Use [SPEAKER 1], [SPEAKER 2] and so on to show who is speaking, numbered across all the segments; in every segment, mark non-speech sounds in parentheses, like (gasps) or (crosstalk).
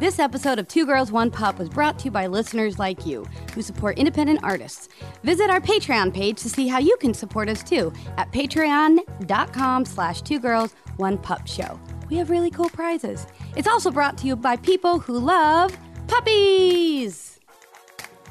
[SPEAKER 1] This episode of Two Girls One Pop was brought to you by listeners like you who support independent artists. Visit our Patreon page to see how you can support us too at patreon.com slash two girls one pup show. We have really cool prizes. It's also brought to you by people who love puppies.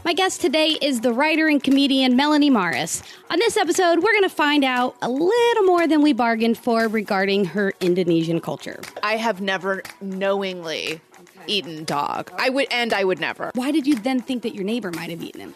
[SPEAKER 1] My guest today is the writer and comedian Melanie Morris. On this episode, we're going to find out a little more than we bargained for regarding her Indonesian culture.
[SPEAKER 2] I have never knowingly eaten dog. I would, and I would never.
[SPEAKER 1] Why did you then think that your neighbor might have eaten him?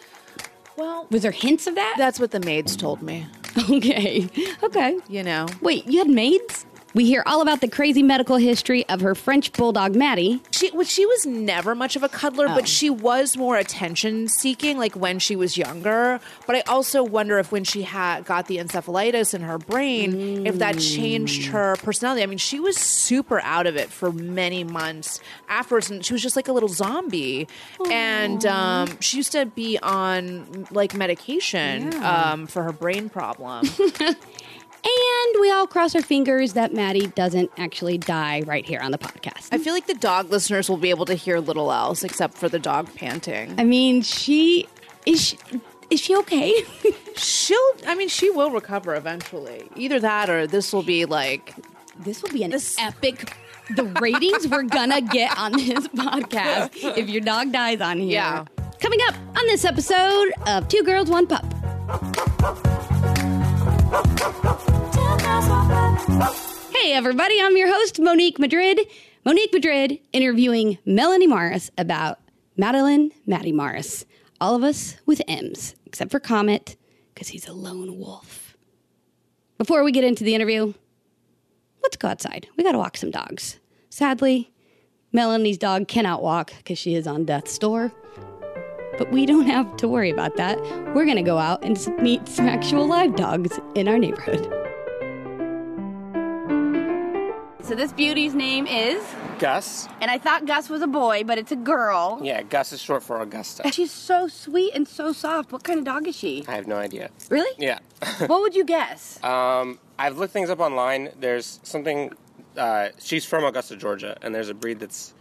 [SPEAKER 2] Well,
[SPEAKER 1] Was there hints of that?
[SPEAKER 2] that's what the maids told me.
[SPEAKER 1] (laughs) okay. Okay.
[SPEAKER 2] You know,
[SPEAKER 1] Wait, you had maids? We hear all about the crazy medical history of her French bulldog Maddie.
[SPEAKER 2] she well, she was never much of a cuddler, but she was more attention seeking, like when she was younger. But I also wonder if when she had got the encephalitis in her brain, if that changed her personality. I mean, she was super out of it for many months afterwards, and she was just like a little zombie. And um, she used to be on like medication um, for her brain problem.
[SPEAKER 1] And we all cross our fingers that Maddie doesn't actually die right here on the podcast.
[SPEAKER 2] I feel like the dog listeners will be able to hear little else except for the dog panting.
[SPEAKER 1] I mean, she is she, is she okay? (laughs)
[SPEAKER 2] She'll, I mean, she will recover eventually. Either that or this will be like,
[SPEAKER 1] this will be an epic the ratings we're gonna get on this (laughs) podcast if your dog dies on here.
[SPEAKER 2] Yeah.
[SPEAKER 1] Coming up on this episode of Two Girls One Pup. Hey everybody, I'm your host Monique Madrid. Monique Madrid interviewing Melanie Morris about Madeline Maddie Morris. All of us with M's, except for Comet, because he's a lone wolf. Before we get into the interview, let's go outside. We got to walk some dogs. Sadly, Melanie's dog cannot walk because she is on death's door. But we don't have to worry about that. We're going to go out and s- meet some actual live dogs in our neighborhood. So, this beauty's name is,
[SPEAKER 3] Gus.
[SPEAKER 1] and I thought Gus was a boy, but it's a girl.
[SPEAKER 3] Yeah, Gus is short for Augusta.
[SPEAKER 1] She's so sweet and so soft. What kind of dog is she?
[SPEAKER 3] I have no idea.
[SPEAKER 1] Really?
[SPEAKER 3] Yeah. (laughs)
[SPEAKER 1] What would you guess?
[SPEAKER 3] Um, I've looked things up online. There's something. Uh, she's from Augusta, Georgia, and there's a breed that's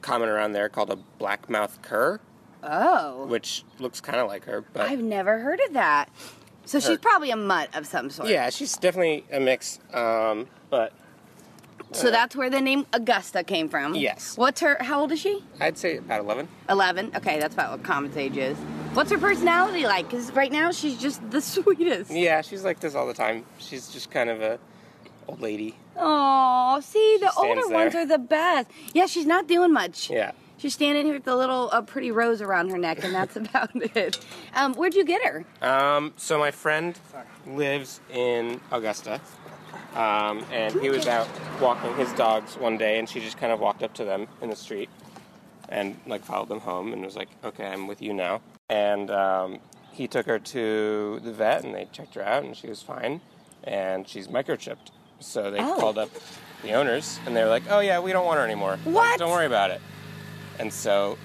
[SPEAKER 3] common around there called a blackmouth cur,
[SPEAKER 4] Oh,
[SPEAKER 3] which looks kind of like her, but
[SPEAKER 4] I've never heard of that. So she's probably a mutt of some sort.
[SPEAKER 3] yeah, she's definitely a mix. Um, but
[SPEAKER 4] So that's where the name Augusta came from.
[SPEAKER 3] Yes.
[SPEAKER 4] What's her? How old is she?
[SPEAKER 3] I'd say about eleven.
[SPEAKER 4] Eleven. Okay, that's about what Comet's age is. What's her personality like? Because right now she's just the (laughs) sweetest.
[SPEAKER 3] Yeah, she's like this all the time. She's just kind of a old lady.
[SPEAKER 4] Oh, see, the
[SPEAKER 3] stands
[SPEAKER 4] older
[SPEAKER 3] there.
[SPEAKER 4] ones are the best. Yeah, she's not doing much.
[SPEAKER 3] Yeah.
[SPEAKER 4] She's standing here with the little uh, pretty rose around her neck, and that's (laughs) about it. Um, where'd you get her?
[SPEAKER 3] Um, so my friend lives in Augusta, um, and he was out walking his dogs one day, and she just kind of walked up to them in the street, and like followed them home, and was like, "Okay, I'm with you now." And um, he took her to the vet, and they checked her out, and she was fine, and she's microchipped. So they called up the owners, and they were like, "Oh yeah, we don't want her anymore. Like,
[SPEAKER 4] What?
[SPEAKER 3] don't worry about it." And so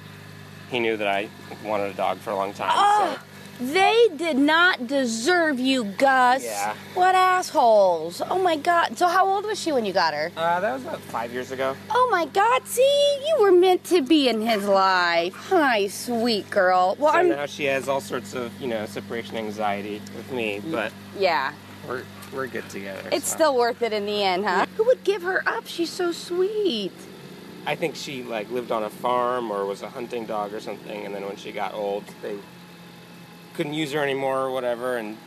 [SPEAKER 3] he knew that I wanted a dog for a long time. So.
[SPEAKER 4] They did not deserve you, Gus.
[SPEAKER 3] Yeah.
[SPEAKER 4] What assholes. Oh my god. So how old was she when you got her?
[SPEAKER 3] Uh, that was about five years ago.
[SPEAKER 4] Oh my god, see, you were meant to be in his life. Hi, sweet girl. Well,
[SPEAKER 3] So
[SPEAKER 4] I'm
[SPEAKER 3] now she has all sorts of, you know, separation anxiety with me, but
[SPEAKER 4] yeah.
[SPEAKER 3] we're we're good together.
[SPEAKER 4] Mm. It's
[SPEAKER 3] so.
[SPEAKER 4] still worth it in the end, huh? Who would give her up? She's so sweet.
[SPEAKER 3] I think she like lived on a farm or was a hunting dog or something, and then when she got old, they couldn't use her anymore or whatever, and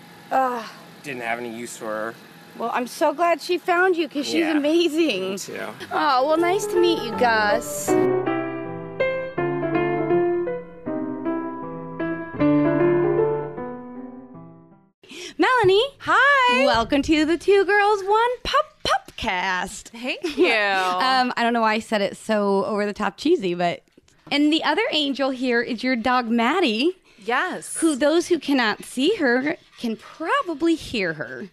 [SPEAKER 3] didn't have any use for her.
[SPEAKER 4] Well, I'm so glad she found you because she's
[SPEAKER 3] Yeah.
[SPEAKER 4] amazing.
[SPEAKER 3] So
[SPEAKER 4] Oh, well, nice to meet you, Gus.
[SPEAKER 1] Melanie,
[SPEAKER 2] Hi.
[SPEAKER 1] welcome to the Two Girls One Pup Pupcast.
[SPEAKER 2] (laughs) Thank you. Uh,
[SPEAKER 1] Um, I don't know why I said it so over the top cheesy, but and the other angel here is your dog Maddie,
[SPEAKER 2] yes.
[SPEAKER 1] who those who cannot see her can probably hear her.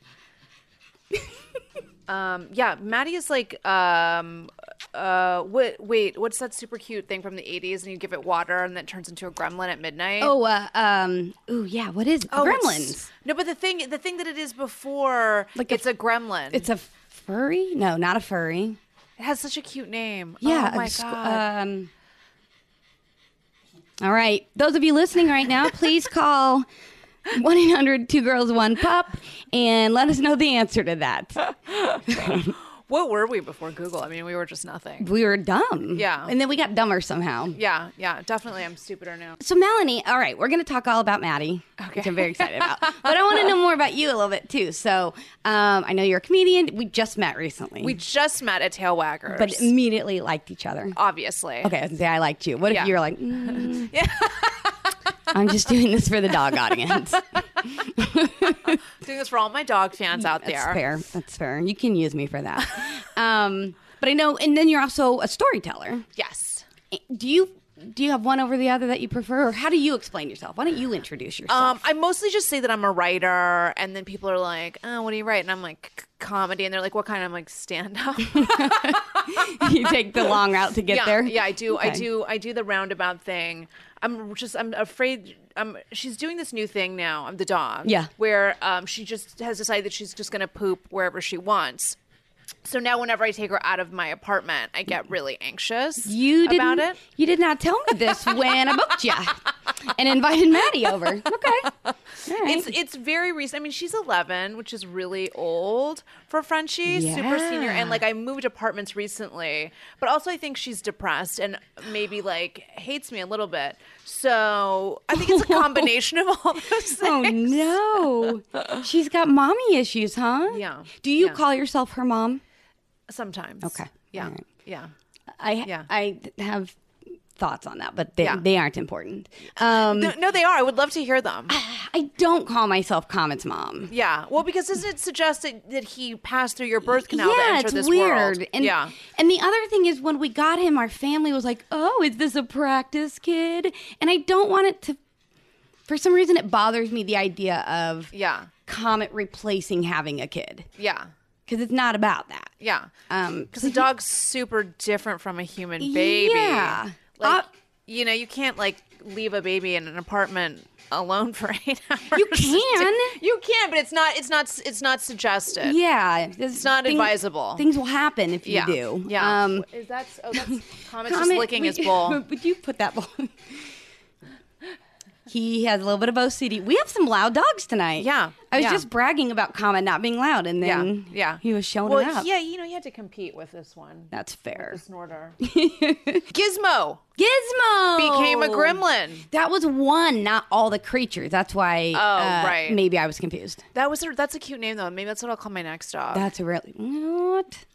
[SPEAKER 2] Um, yeah, Maddie is like, um, uh, what, wait, what's that super cute thing from the 80s and you give it water and then it turns into a gremlin at midnight?
[SPEAKER 1] Oh, uh, um, ooh, yeah. What is it?
[SPEAKER 2] Oh, it's-
[SPEAKER 1] Gremlins?
[SPEAKER 2] No, but the thing, the thing that it is before,
[SPEAKER 1] Like
[SPEAKER 2] like
[SPEAKER 1] a-
[SPEAKER 2] it's a, gremlin.
[SPEAKER 1] It's a furry? No, not a furry.
[SPEAKER 2] it has such a cute name.
[SPEAKER 1] Yeah,
[SPEAKER 2] Oh
[SPEAKER 1] a
[SPEAKER 2] my
[SPEAKER 1] squ-
[SPEAKER 2] God.
[SPEAKER 1] Um, All right. Those of you listening right now, please call 1 800 Two Girls One Pup and let us know the answer to that.
[SPEAKER 2] What were we before Google? I mean, we were just nothing.
[SPEAKER 1] We were dumb.
[SPEAKER 2] Yeah.
[SPEAKER 1] And then we got dumber somehow.
[SPEAKER 2] Yeah, yeah, definitely. I'm stupider now.
[SPEAKER 1] So, Melanie, all right, we're going to talk all about Maddie, which I'm very excited about. But I want to know more about you a little bit too. So, um, I know you're a comedian. We just met recently,
[SPEAKER 2] We just met at Tailwaggers,
[SPEAKER 1] but immediately liked each other.
[SPEAKER 2] obviously.
[SPEAKER 1] Okay, I was gonna say I liked you. What
[SPEAKER 2] Oh. Yeah.
[SPEAKER 1] if you were
[SPEAKER 2] (laughs)
[SPEAKER 1] like, mm, I'm just doing this for the dog
[SPEAKER 2] (laughs)
[SPEAKER 1] audience?
[SPEAKER 2] Doing this for all my dog fans out
[SPEAKER 1] Mm, That's
[SPEAKER 2] there.
[SPEAKER 1] fair. That's fair. You can use me for that. Um, but I know, and then you're also a storyteller.
[SPEAKER 2] Yes.
[SPEAKER 1] Do you do you have one over the other that you prefer, or how do you explain yourself? Why don't you introduce yourself?
[SPEAKER 2] Um, I mostly just say that I'm a writer, and then people are like, "Oh, what do you write?" And I'm like, "C- "Comedy," and they're like, "What kind?" I'm like, "Stand
[SPEAKER 1] (laughs)
[SPEAKER 2] up."
[SPEAKER 1] you take the long route to get
[SPEAKER 2] Um. (laughs) yeah,
[SPEAKER 1] there.
[SPEAKER 2] yeah, I do, I
[SPEAKER 1] Okay.
[SPEAKER 2] do, I do the roundabout thing. I'm just, I'm afraid. Um, she's doing this new thing now. I'm the dog.
[SPEAKER 1] Yeah.
[SPEAKER 2] where um, she just has decided that she's just going to poop wherever she wants. So now, whenever I take her out of my apartment, I get really anxious
[SPEAKER 1] Mm. You didn't,
[SPEAKER 2] about it.
[SPEAKER 1] You did not tell me this when I booked you and invited Maddie over. Okay, All right.
[SPEAKER 2] (laughs) It's it's very recent. I mean, she's 11, which is really old for Frenchie, super senior. And
[SPEAKER 1] Yeah.
[SPEAKER 2] like, I moved apartments recently, but also I think she's depressed and maybe like hates me a little bit. So I think it's a
[SPEAKER 1] (laughs)
[SPEAKER 2] combination of all those things.
[SPEAKER 1] Oh
[SPEAKER 2] (laughs)
[SPEAKER 1] no. She's got mommy issues, huh?
[SPEAKER 2] Yeah.
[SPEAKER 1] Do you
[SPEAKER 2] Yeah.
[SPEAKER 1] call yourself her mom?
[SPEAKER 2] Sometimes.
[SPEAKER 1] Okay.
[SPEAKER 2] Yeah.
[SPEAKER 1] All right.
[SPEAKER 2] Yeah.
[SPEAKER 1] I
[SPEAKER 2] Yeah.
[SPEAKER 1] I have thoughts on that, but they,
[SPEAKER 2] Yeah.
[SPEAKER 1] they aren't important. Um,
[SPEAKER 2] No, no, they are. I would love to hear them.
[SPEAKER 1] I don't call myself Comet's mom.
[SPEAKER 2] Yeah. Well, because doesn't it suggest that, that he passed through your birth canal to
[SPEAKER 1] yeah,
[SPEAKER 2] enter
[SPEAKER 1] it's
[SPEAKER 2] this
[SPEAKER 1] weird.
[SPEAKER 2] world?
[SPEAKER 1] And
[SPEAKER 2] yeah.
[SPEAKER 1] and the other thing is when we got him, our family was like, "Oh, is this a practice kid?" And I don't want it to. For some reason, it bothers me the idea of
[SPEAKER 2] Yeah.
[SPEAKER 1] Comet replacing having a kid
[SPEAKER 2] Yeah.
[SPEAKER 1] because it's not about that.
[SPEAKER 2] Yeah.
[SPEAKER 1] Um,
[SPEAKER 2] Because a dog's super different from a human baby.
[SPEAKER 1] Yeah.
[SPEAKER 2] Like,
[SPEAKER 1] Uh,
[SPEAKER 2] you know, you can't like leave a baby in an apartment alone (laughs) for eight hours.
[SPEAKER 1] You can.
[SPEAKER 2] (laughs) You can, but it's not. It's not. It's not suggested.
[SPEAKER 1] Yeah, it's
[SPEAKER 2] not advisable.
[SPEAKER 1] Things will happen if you
[SPEAKER 2] Yeah.
[SPEAKER 1] do.
[SPEAKER 2] Yeah.
[SPEAKER 1] Um,
[SPEAKER 2] Is that? Oh, that's.
[SPEAKER 1] (laughs)
[SPEAKER 2] Comet's just
[SPEAKER 1] Comet,
[SPEAKER 2] licking
[SPEAKER 1] would
[SPEAKER 2] his
[SPEAKER 1] you-
[SPEAKER 2] bowl.
[SPEAKER 1] (laughs) Would you put that bowl? he has a little bit of OCD. We have some loud dogs tonight.
[SPEAKER 2] Yeah,
[SPEAKER 1] I was
[SPEAKER 2] yeah.
[SPEAKER 1] just bragging about Comet not being loud, and
[SPEAKER 2] Yeah.
[SPEAKER 1] then
[SPEAKER 2] Yeah.
[SPEAKER 1] he was showing
[SPEAKER 2] well,
[SPEAKER 1] it up.
[SPEAKER 2] Yeah. You know, you had to compete with this one.
[SPEAKER 1] That's fair.
[SPEAKER 2] Snorter. Gizmo
[SPEAKER 1] (laughs) Gizmo
[SPEAKER 2] became a gremlin.
[SPEAKER 1] That was one, not all the creatures. That's why. Oh,
[SPEAKER 2] right.
[SPEAKER 1] Maybe I was confused.
[SPEAKER 2] That was. A, that's a cute name though. Maybe that's what I'll call my next dog.
[SPEAKER 1] That's a really what.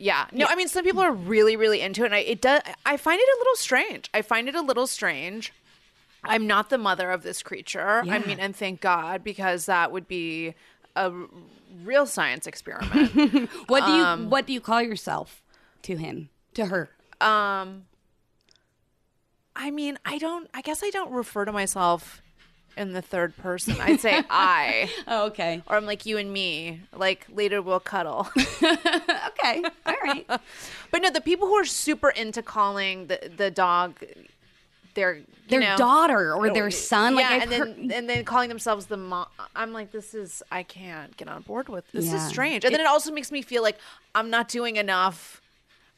[SPEAKER 2] Yeah. No, I mean some people are really, really into it. And I it does I find it a little strange. I find it a little strange. I'm not the mother of this creature.
[SPEAKER 1] Yeah.
[SPEAKER 2] I mean, and thank God, because that would be a r- real
[SPEAKER 1] (laughs)
[SPEAKER 2] science experiment.
[SPEAKER 1] What do you
[SPEAKER 2] Um,
[SPEAKER 1] What do you call yourself to him? To her?
[SPEAKER 2] Um, I mean, I don't I guess I don't refer to myself in the third person. I'd
[SPEAKER 1] (laughs)
[SPEAKER 2] say I.
[SPEAKER 1] Oh, okay.
[SPEAKER 2] Or I'm like you and me. Like later
[SPEAKER 1] (laughs)
[SPEAKER 2] we'll cuddle.
[SPEAKER 1] Okay. All
[SPEAKER 2] (laughs)
[SPEAKER 1] right.
[SPEAKER 2] But no, the people who are super into calling the the dog their you
[SPEAKER 1] Their
[SPEAKER 2] know, Oh,
[SPEAKER 1] daughter or their son.
[SPEAKER 2] yeah,
[SPEAKER 1] like I've
[SPEAKER 2] and
[SPEAKER 1] heard-
[SPEAKER 2] then and then calling themselves the mom. I'm like, this is I can't get on board with this.
[SPEAKER 1] Yeah.
[SPEAKER 2] Is strange, and then it also makes me feel like I'm not doing enough.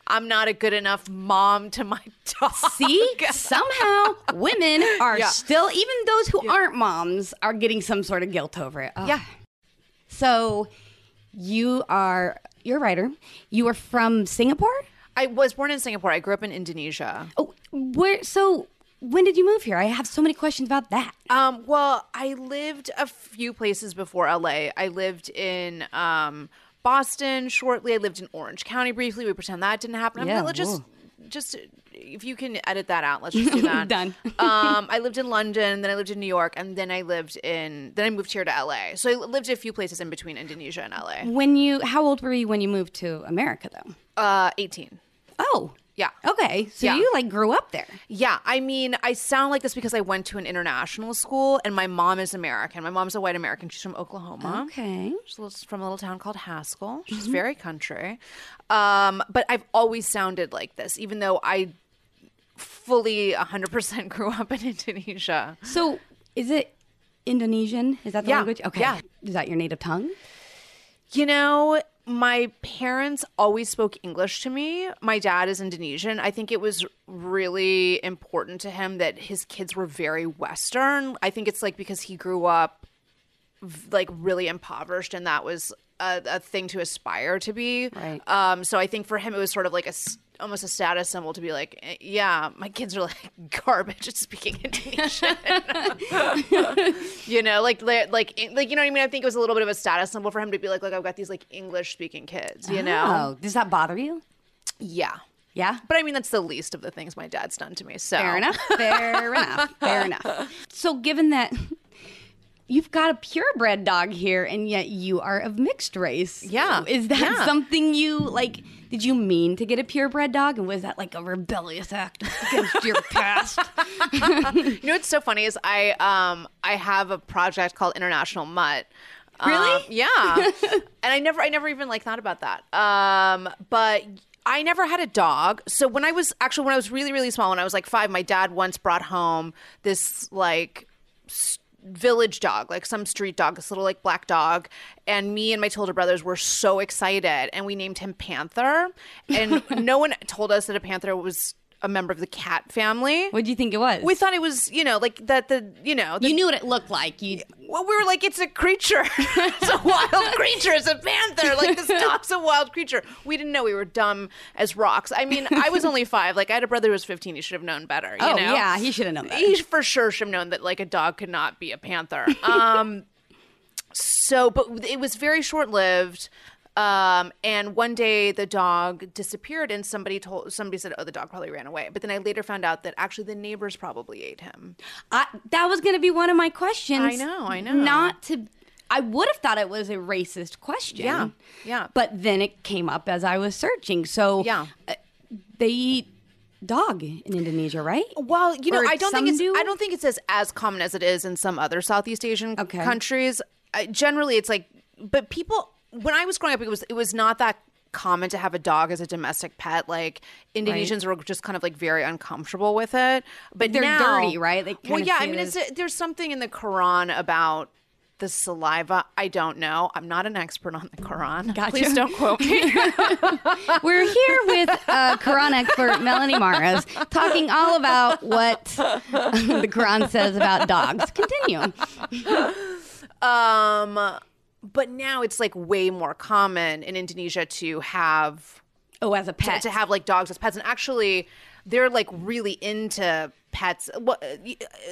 [SPEAKER 2] I'm not a good enough mom to my (laughs) dog.
[SPEAKER 1] (laughs) See, somehow women are
[SPEAKER 2] Yeah.
[SPEAKER 1] still, even those who aren't moms, are getting some sort of guilt over it. Ugh.
[SPEAKER 2] (laughs) yeah,
[SPEAKER 1] So you are, you're a writer. You are from Singapore?
[SPEAKER 2] I was born in Singapore. I grew up in Indonesia.
[SPEAKER 1] Oh, where, so when did you move here? I have so many questions about that.
[SPEAKER 2] Um, well, I lived a few places before LA. I lived in um, Boston shortly. I lived in Orange County briefly. We pretend that didn't happen. I'm
[SPEAKER 1] Yeah,
[SPEAKER 2] gonna let- just
[SPEAKER 1] whoa.
[SPEAKER 2] just if you can edit that out, let's
[SPEAKER 1] (laughs)
[SPEAKER 2] just do that.
[SPEAKER 1] Done.
[SPEAKER 2] um, I lived in London, then I lived in New York, and then I lived in then I moved here to LA. So I lived a few places in between Indonesia and LA.
[SPEAKER 1] When you, how old were you when you moved to America though?
[SPEAKER 2] Uh, 18.
[SPEAKER 1] Oh.
[SPEAKER 2] Yeah.
[SPEAKER 1] Okay. So
[SPEAKER 2] Yeah.
[SPEAKER 1] you like grew up there.
[SPEAKER 2] Yeah, I mean, I sound like this because I went to an international school, and my mom is American. My mom's a white American. She's from
[SPEAKER 1] Oh,
[SPEAKER 2] Oklahoma.
[SPEAKER 1] Okay.
[SPEAKER 2] She's a little- from a little town called Haskell. She's very country. Um, but I've always sounded like this, even though I fully 100% (laughs) grew up in Indonesia.
[SPEAKER 1] So is it Indonesian? Is that the
[SPEAKER 2] Yeah.
[SPEAKER 1] language? Okay.
[SPEAKER 2] Yeah.
[SPEAKER 1] Is that your native tongue?
[SPEAKER 2] You know, my parents always spoke English to me. My dad is Indonesian. I think it was really important to him that his kids were very Western. I think it's like because he grew up v- like really impoverished and that was a, a thing to aspire to be.
[SPEAKER 1] Right.
[SPEAKER 2] Um, so I think for him it was sort of like a s- almost a status symbol to be like, eh, yeah, my kids are like (laughs) garbage at speaking Indonesian. you know, like li- like in- like you know what I mean. I think it was a little bit of a status symbol for him to be like, like I've got these like English speaking kids. You know,
[SPEAKER 1] Oh, does that bother you?
[SPEAKER 2] yeah.
[SPEAKER 1] Yeah.
[SPEAKER 2] But I mean, that's the least of the things my dad's done to me. So
[SPEAKER 1] Fair (laughs) enough. Fair enough. Fair enough. So, given that you've got a purebred dog here and yet you are of mixed race,
[SPEAKER 2] Yeah.
[SPEAKER 1] is that
[SPEAKER 2] Yeah.
[SPEAKER 1] something you like? Did you mean to get a purebred dog, and was that like a rebellious act against (laughs) your past?
[SPEAKER 2] You know what's so funny is I um I have a project called International Mutt. Um,
[SPEAKER 1] Really?
[SPEAKER 2] yeah. and I never I never even like thought about that. Um but I never had a dog. So when I was actually when I was really really small when I was like 5 my dad once brought home this like s- village dog like some street dog this little like black dog and me and my two older brothers were so excited and we named him panther and no one told us that a panther was a member of the cat family
[SPEAKER 1] What do you think it was?
[SPEAKER 2] we thought it was, you know, like that the, you know, the,
[SPEAKER 1] you knew what it looked like. You
[SPEAKER 2] well, we were like, it's a creature. (laughs) it's
[SPEAKER 1] (laughs)
[SPEAKER 2] a wild creature. It's a panther. Like, this dog's a wild creature. We didn't know we were dumb as rocks. I mean, I was only five. Like, I had a brother who was 15. He should have known better. You
[SPEAKER 1] Oh,
[SPEAKER 2] know?
[SPEAKER 1] yeah, he should have known better.
[SPEAKER 2] He for sure should have known that, like, a dog could not be
[SPEAKER 1] (laughs)
[SPEAKER 2] a panther. Um, so, but it was very short lived. Um, and one day the dog disappeared, and somebody told somebody said, "Oh, the dog probably ran away." But then I later found out that actually the neighbors probably ate him.
[SPEAKER 1] I, that was going to be one of my questions.
[SPEAKER 2] I know, I know.
[SPEAKER 1] Not to, I would have thought it was a racist question.
[SPEAKER 2] Yeah, yeah.
[SPEAKER 1] But then it came up as I was searching. So
[SPEAKER 2] Yeah.
[SPEAKER 1] uh, they eat dog in Indonesia,
[SPEAKER 2] (laughs)
[SPEAKER 1] right?
[SPEAKER 2] Well, you know,
[SPEAKER 1] Or
[SPEAKER 2] I don't
[SPEAKER 1] some
[SPEAKER 2] think it's
[SPEAKER 1] do?
[SPEAKER 2] I don't think it's as as common as it is in some other Southeast Asian
[SPEAKER 1] Okay.
[SPEAKER 2] countries. I, generally, it's like, but people when I was growing up, it was it was not that common to have a dog as a domestic pet. Like Indonesians were just kind of like very uncomfortable with it. But
[SPEAKER 1] They're
[SPEAKER 2] now-
[SPEAKER 1] dirty, right? They
[SPEAKER 2] well,
[SPEAKER 1] kinda
[SPEAKER 2] yeah.
[SPEAKER 1] see
[SPEAKER 2] I
[SPEAKER 1] it
[SPEAKER 2] mean, it's
[SPEAKER 1] as-
[SPEAKER 2] a, there's something in the Quran about. The saliva, I don't know. I'm not an expert on the
[SPEAKER 1] (laughs)
[SPEAKER 2] Quran.
[SPEAKER 1] Gotcha.
[SPEAKER 2] Please don't quote
[SPEAKER 1] (laughs)
[SPEAKER 2] me.
[SPEAKER 1] We're here with uh, Quran expert Melanie Maras talking all about what (laughs) the Quran says about dogs. Continue.
[SPEAKER 2] um, but now it's like way more common in Indonesia to have
[SPEAKER 1] Oh, as a
[SPEAKER 2] to-
[SPEAKER 1] pet.
[SPEAKER 2] to have like dogs as pets and actually they're like really into pets Wha-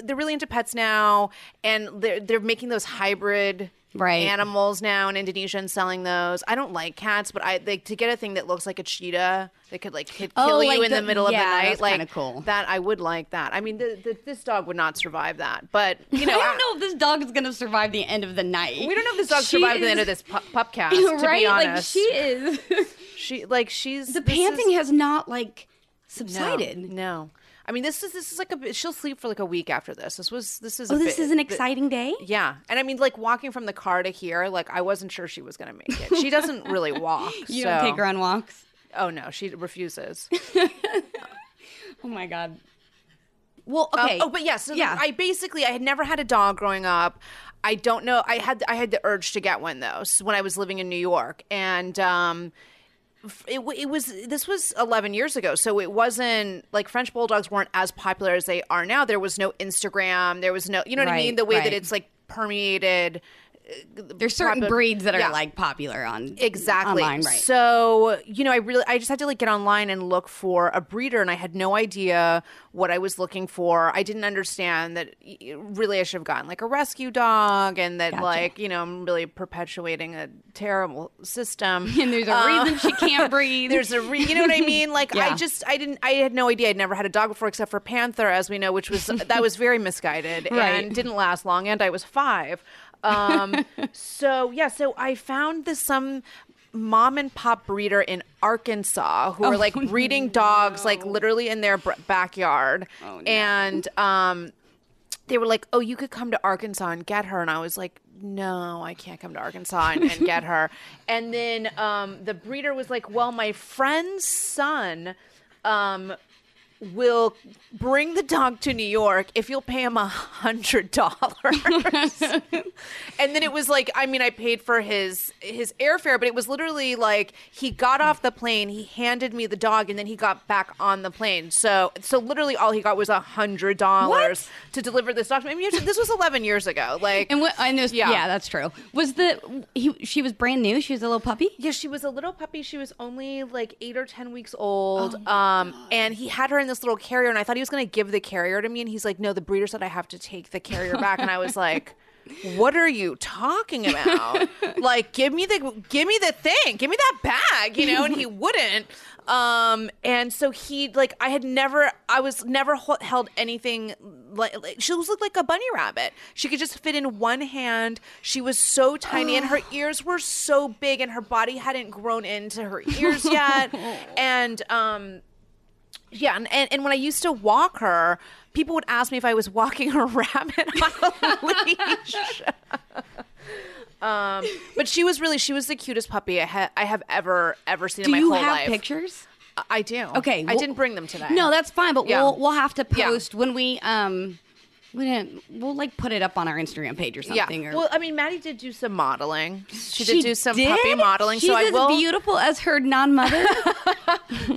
[SPEAKER 2] they're really into pets now and they're they're making those hybrid
[SPEAKER 1] Right.
[SPEAKER 2] animals now in indonesia and selling those i don't like cats but i they, to get a thing that looks like a cheetah that could like hit,
[SPEAKER 1] Oh,
[SPEAKER 2] kill
[SPEAKER 1] like
[SPEAKER 2] you in
[SPEAKER 1] the-
[SPEAKER 2] the, middle
[SPEAKER 1] yeah,
[SPEAKER 2] of the
[SPEAKER 1] that's
[SPEAKER 2] night like
[SPEAKER 1] kinda cool.
[SPEAKER 2] that i would like that i mean the, the, this dog would not survive that but
[SPEAKER 1] (laughs)
[SPEAKER 2] you know uh,
[SPEAKER 1] I don't know if this dog is going to survive the end of the night.
[SPEAKER 2] we don't know if this dog
[SPEAKER 1] She
[SPEAKER 2] survived the end
[SPEAKER 1] is-
[SPEAKER 2] of this pup,
[SPEAKER 1] (laughs)
[SPEAKER 2] pupcast, to
[SPEAKER 1] right?
[SPEAKER 2] be
[SPEAKER 1] like
[SPEAKER 2] honest.
[SPEAKER 1] she is. (laughs)
[SPEAKER 2] she, like she's
[SPEAKER 1] the
[SPEAKER 2] this is-
[SPEAKER 1] panting has not like
[SPEAKER 2] No,
[SPEAKER 1] subsided.
[SPEAKER 2] No. I mean, this is this is like a. bi- She'll sleep for like a week after this. This was this is.
[SPEAKER 1] Oh,
[SPEAKER 2] a
[SPEAKER 1] this
[SPEAKER 2] bi-
[SPEAKER 1] is an
[SPEAKER 2] bi-
[SPEAKER 1] exciting day.
[SPEAKER 2] Yeah, and I mean, like walking from the car to here, like I wasn't sure she was gonna make it. She doesn't really walk.
[SPEAKER 1] (laughs) You
[SPEAKER 2] so.
[SPEAKER 1] don't take her on walks.
[SPEAKER 2] Oh no, she refuses.
[SPEAKER 1] Oh my god. Well, okay.
[SPEAKER 2] Um, oh, but yeah, so
[SPEAKER 1] Yeah.
[SPEAKER 2] yeah. I basically I had never had a dog growing up. I don't know. I had I had the urge to get one though s- when I was living in New York, and um, f- it w- it was this was eleven years ago, so it wasn't like French bulldogs weren't as popular as they are now. There was no Instagram. There was no, you know what I
[SPEAKER 1] Right,
[SPEAKER 2] mean. The way
[SPEAKER 1] right.
[SPEAKER 2] that it's like permeated.
[SPEAKER 1] there's certain
[SPEAKER 2] proper-
[SPEAKER 1] breeds that are
[SPEAKER 2] yeah.
[SPEAKER 1] like popular on
[SPEAKER 2] Exactly.
[SPEAKER 1] online, right?
[SPEAKER 2] So, you know, I really I just had to like get online and look for a breeder and I had no idea what I was looking for. I didn't understand that y- y- really I should have gotten like a rescue dog and that
[SPEAKER 1] Gotcha.
[SPEAKER 2] like, you know, I'm really perpetuating a terrible system.
[SPEAKER 1] (laughs) (laughs) and
[SPEAKER 2] Um,
[SPEAKER 1] there's a reason she
[SPEAKER 2] (laughs)
[SPEAKER 1] can't breathe.
[SPEAKER 2] Uh, There's a re- you know what I mean? Like
[SPEAKER 1] Yeah.
[SPEAKER 2] I just I didn't I had no idea. I'd never had a dog before except for Panther, as we know, which
[SPEAKER 1] (laughs)
[SPEAKER 2] was that was very misguided
[SPEAKER 1] Right.
[SPEAKER 2] and didn't last long. And I was five.
[SPEAKER 1] (laughs)
[SPEAKER 2] Um, so yeah, so I found this some mom and pop breeder in Arkansas who were
[SPEAKER 1] Oh, (laughs)
[SPEAKER 2] like breeding dogs like literally in their br- backyard, and um, they were like, "Oh, you could come to Arkansas and get her," and I was like, "No, I can't come to Arkansas and, and get her." And then um, the breeder was like, "Well, my friend's son." Um, will bring the dog to New York if you'll pay him a hundred dollars. and then it was like, I mean, I paid for his his airfare, but it was literally like he got off the plane, he handed me the dog, and then he got back on the plane. So so literally all he got was a hundred dollars to deliver this dog. to me. I mean, you have to- this was eleven years ago. Like
[SPEAKER 1] And what? And there's yeah.
[SPEAKER 2] Yeah.
[SPEAKER 1] that's true. Was the he? She was brand new. She was a little puppy.
[SPEAKER 2] Yeah, she was a little puppy. She was only like eight or ten weeks old. um, and he had her in this little carrier, and I thought he was gonna give the carrier to me, and he's like, "No, the breeder said I have to take the carrier back." and I was like, "What are you talking about? like, give me the give me the thing, give me that bag, you know?" And he wouldn't. Um, and so he like I had never I was never h- held anything like, like she was looked like a bunny rabbit. She could just fit in one hand. She was so tiny and
[SPEAKER 1] (sighs)
[SPEAKER 2] her ears were so big and her body hadn't grown into her
[SPEAKER 1] (laughs)
[SPEAKER 2] ears yet. and um yeah, and, and, and when I used to walk her, people would ask me if I was walking a (laughs) rabbit on a leash. (laughs) um, but she was really she was the cutest puppy I, ha- I have ever ever seen
[SPEAKER 1] Do
[SPEAKER 2] in my
[SPEAKER 1] you
[SPEAKER 2] whole
[SPEAKER 1] have
[SPEAKER 2] life.
[SPEAKER 1] pictures?
[SPEAKER 2] I- I do.
[SPEAKER 1] Okay,
[SPEAKER 2] I
[SPEAKER 1] well-
[SPEAKER 2] didn't bring them today.
[SPEAKER 1] No, that's fine. But
[SPEAKER 2] Yeah.
[SPEAKER 1] we'll we'll have to
[SPEAKER 2] Yeah.
[SPEAKER 1] post when we um we didn't, we'll like put it up on our Instagram page or
[SPEAKER 2] yeah.
[SPEAKER 1] something. Or
[SPEAKER 2] Well, I mean, Maddie did do some modeling. She did
[SPEAKER 1] She
[SPEAKER 2] do some
[SPEAKER 1] did?
[SPEAKER 2] puppy modeling.
[SPEAKER 1] She's
[SPEAKER 2] so I
[SPEAKER 1] as
[SPEAKER 2] will. Um,
[SPEAKER 1] beautiful as her
[SPEAKER 2] (laughs)
[SPEAKER 1] non-mother.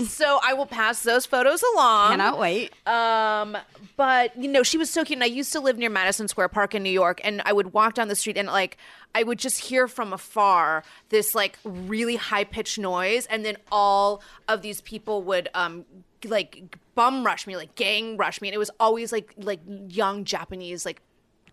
[SPEAKER 2] So I will pass those photos along.
[SPEAKER 1] Cannot wait.
[SPEAKER 2] Um, but you know, she was so cute. And I used to live near Madison Square Park in New York, and I would walk down the street and like I would just hear from afar this like really high pitched noise, and then all of these people would um like bum rush me, like gang rush me, and it was always like like young Japanese like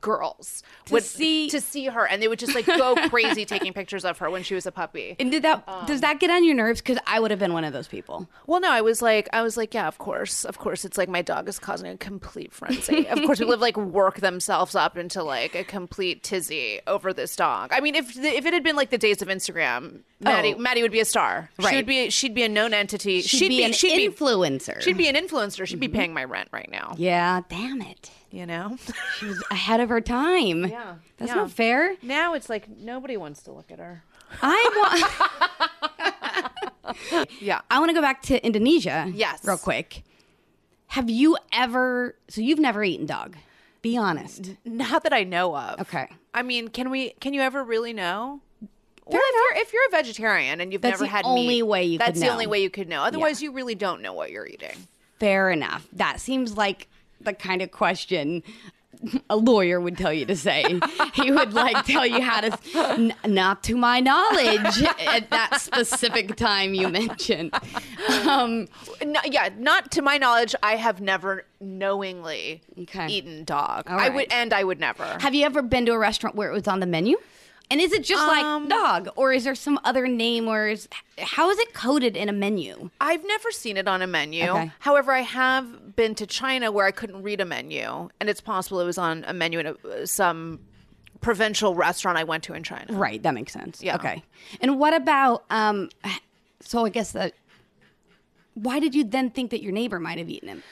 [SPEAKER 2] girls to
[SPEAKER 1] see-
[SPEAKER 2] to see her, and they would just like go crazy taking pictures of her when she was a puppy.
[SPEAKER 1] And did that?
[SPEAKER 2] um,
[SPEAKER 1] does that get on your nerves? Because I would have been one of those people.
[SPEAKER 2] Well, no, I was like, I was like, yeah, of course, of course. It's like my dog is causing a complete frenzy. of course, people have like work themselves up into like a complete tizzy over this dog. I mean, if the, if it had been like the days of Instagram, Maddie,
[SPEAKER 1] Oh.
[SPEAKER 2] Maddie would be a star.
[SPEAKER 1] Right.
[SPEAKER 2] She would be. She'd be a known entity.
[SPEAKER 1] She'd, be, an influencer.
[SPEAKER 2] she'd be an influencer. She'd be paying my rent right now.
[SPEAKER 1] Yeah. Damn it.
[SPEAKER 2] You know.
[SPEAKER 1] She was ahead of her time.
[SPEAKER 2] Yeah,
[SPEAKER 1] That's
[SPEAKER 2] yeah.
[SPEAKER 1] not fair.
[SPEAKER 2] (laughs) now it's like nobody wants to look at her.
[SPEAKER 1] I want.
[SPEAKER 2] Yeah.
[SPEAKER 1] (laughs) I want to go back to Indonesia.
[SPEAKER 2] Yes.
[SPEAKER 1] Real quick. Have you ever, so you've never eaten dog? Be honest.
[SPEAKER 2] Not that I know of.
[SPEAKER 1] Okay.
[SPEAKER 2] I mean, can we? Can you ever really know? Or
[SPEAKER 1] Fair
[SPEAKER 2] if you're, if you're a vegetarian and you've
[SPEAKER 1] That's
[SPEAKER 2] never
[SPEAKER 1] the
[SPEAKER 2] had
[SPEAKER 1] only
[SPEAKER 2] meat,
[SPEAKER 1] way you could
[SPEAKER 2] that's the
[SPEAKER 1] know.
[SPEAKER 2] only way you could know. Otherwise, you really don't know what you're eating.
[SPEAKER 1] Fair enough. That seems like the kind of question a lawyer would tell you to say. he would like tell you how to, "N- not to my knowledge, at that specific time you mentioned. Um,
[SPEAKER 2] No, yeah, not to my knowledge, I have never knowingly
[SPEAKER 1] Okay.
[SPEAKER 2] eaten dog.
[SPEAKER 1] All
[SPEAKER 2] I
[SPEAKER 1] right.
[SPEAKER 2] would, and I would never.
[SPEAKER 1] have you ever been to a restaurant where it was on the menu? And is it just
[SPEAKER 2] Um,
[SPEAKER 1] like dog, or is there some other name, or is, how is it coded in a menu?
[SPEAKER 2] I've never seen it on a menu.
[SPEAKER 1] Okay.
[SPEAKER 2] However, I have been to China where I couldn't read a menu, and it's possible it was on a menu in a, some provincial restaurant I went to in China.
[SPEAKER 1] Right, that makes sense.
[SPEAKER 2] Yeah.
[SPEAKER 1] Okay. And what about um so I guess that why did you then think that your neighbor might have eaten him?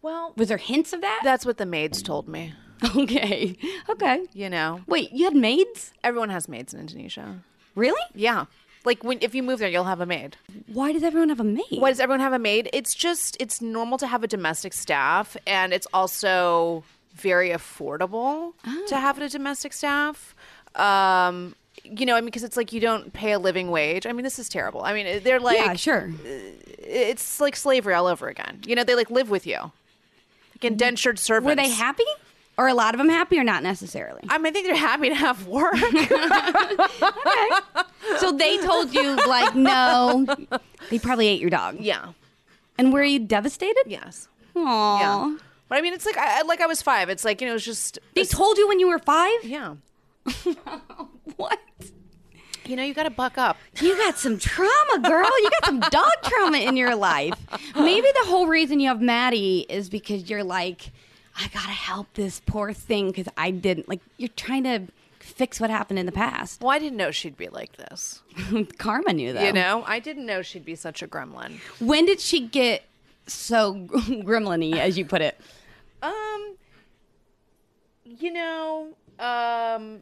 [SPEAKER 2] Well,
[SPEAKER 1] Was there hints of that?
[SPEAKER 2] that's what the maids told me.
[SPEAKER 1] (laughs) okay. Okay.
[SPEAKER 2] You know,
[SPEAKER 1] Wait, you had maids?
[SPEAKER 2] everyone has maids in Indonesia.
[SPEAKER 1] Really?
[SPEAKER 2] Yeah. Like when if you move there, you'll have a maid.
[SPEAKER 1] Why does everyone have a maid?
[SPEAKER 2] Why does everyone have a maid? It's just it's normal to have a domestic staff and it's also very affordable to
[SPEAKER 1] Oh.
[SPEAKER 2] have a domestic staff. Um you know, I mean, because it's like you don't pay a living wage. I mean, this is terrible. I mean, they're like,
[SPEAKER 1] yeah, sure.
[SPEAKER 2] it's like slavery all over again. You know, they like live with you, like indentured servants.
[SPEAKER 1] Were they happy? Or a lot of them happy or not necessarily?
[SPEAKER 2] I mean, I think they're happy to
[SPEAKER 1] (laughs)
[SPEAKER 2] have work.
[SPEAKER 1] So they told you like (laughs) no. They probably ate your dog.
[SPEAKER 2] yeah.
[SPEAKER 1] And were you devastated?
[SPEAKER 2] Yes.
[SPEAKER 1] Aww.
[SPEAKER 2] Yeah. But I mean, it's like I, I- like I was five. It's like you know, it's just
[SPEAKER 1] They told you when you were five?
[SPEAKER 2] yeah.
[SPEAKER 1] (laughs) What?
[SPEAKER 2] You know, you got to buck up.
[SPEAKER 1] You got some trauma, girl. You got some dog trauma in your life. Maybe the whole reason you have Maddie is because you're like, I gotta help this poor thing because I didn't. Like, you're trying to fix what happened in the past. (laughs)
[SPEAKER 2] Well, I didn't know she'd be like this. Oh.
[SPEAKER 1] Karma knew that.
[SPEAKER 2] You know, I didn't know she'd be such a gremlin.
[SPEAKER 1] When did she get so gremlin as you put it?
[SPEAKER 2] Um, you know, (laughs) um,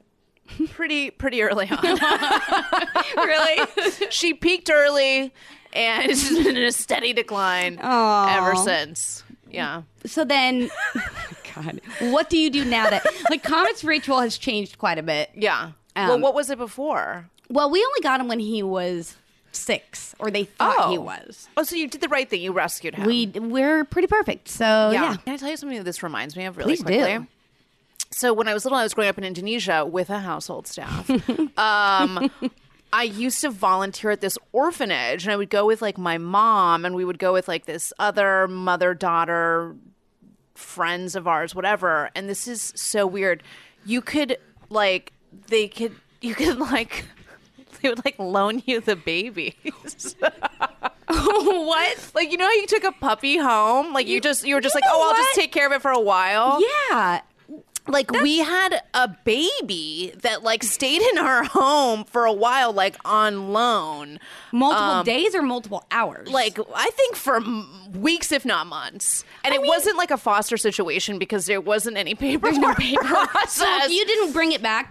[SPEAKER 2] pretty pretty early on. (laughs) really, (laughs) she peaked early, and it's been in a steady decline
[SPEAKER 1] Aw.
[SPEAKER 2] ever since. Yeah.
[SPEAKER 1] So then, (laughs) God, what do you do now that like Comet's ritual has changed quite a bit?
[SPEAKER 2] Yeah. well,
[SPEAKER 1] Um,
[SPEAKER 2] what was it before?
[SPEAKER 1] Well, we only got him when he was six, or they thought he
[SPEAKER 2] Oh.
[SPEAKER 1] was.
[SPEAKER 2] Oh, so you did the right thing. You rescued him.
[SPEAKER 1] We we're pretty perfect. So yeah,
[SPEAKER 2] Can I tell you something that this reminds me of really
[SPEAKER 1] Please do.
[SPEAKER 2] quickly? So when I was little, I was growing up in Indonesia with a
[SPEAKER 1] (laughs)
[SPEAKER 2] household staff. um, I used to volunteer at this orphanage, and I would go with like my mom, and we would go with like this other mother daughter friends of ours, whatever. And this is so weird. You could like they could you could like (laughs) they would like loan you the babies. (laughs) what? Like you know how you took a puppy home? Like you just you were just
[SPEAKER 1] You
[SPEAKER 2] like,
[SPEAKER 1] know
[SPEAKER 2] "Oh, I'll
[SPEAKER 1] what?
[SPEAKER 2] just take care of it for a while."
[SPEAKER 1] yeah.
[SPEAKER 2] Like we had a baby that like stayed in our home for a while like on loan.
[SPEAKER 1] Multiple
[SPEAKER 2] Um,
[SPEAKER 1] days or multiple hours.
[SPEAKER 2] Like I think for m- weeks if not months. And it wasn't like a foster situation because there wasn't any paperwork.
[SPEAKER 1] (laughs) no paperwork.
[SPEAKER 2] (laughs) process.
[SPEAKER 1] so if you didn't bring it back.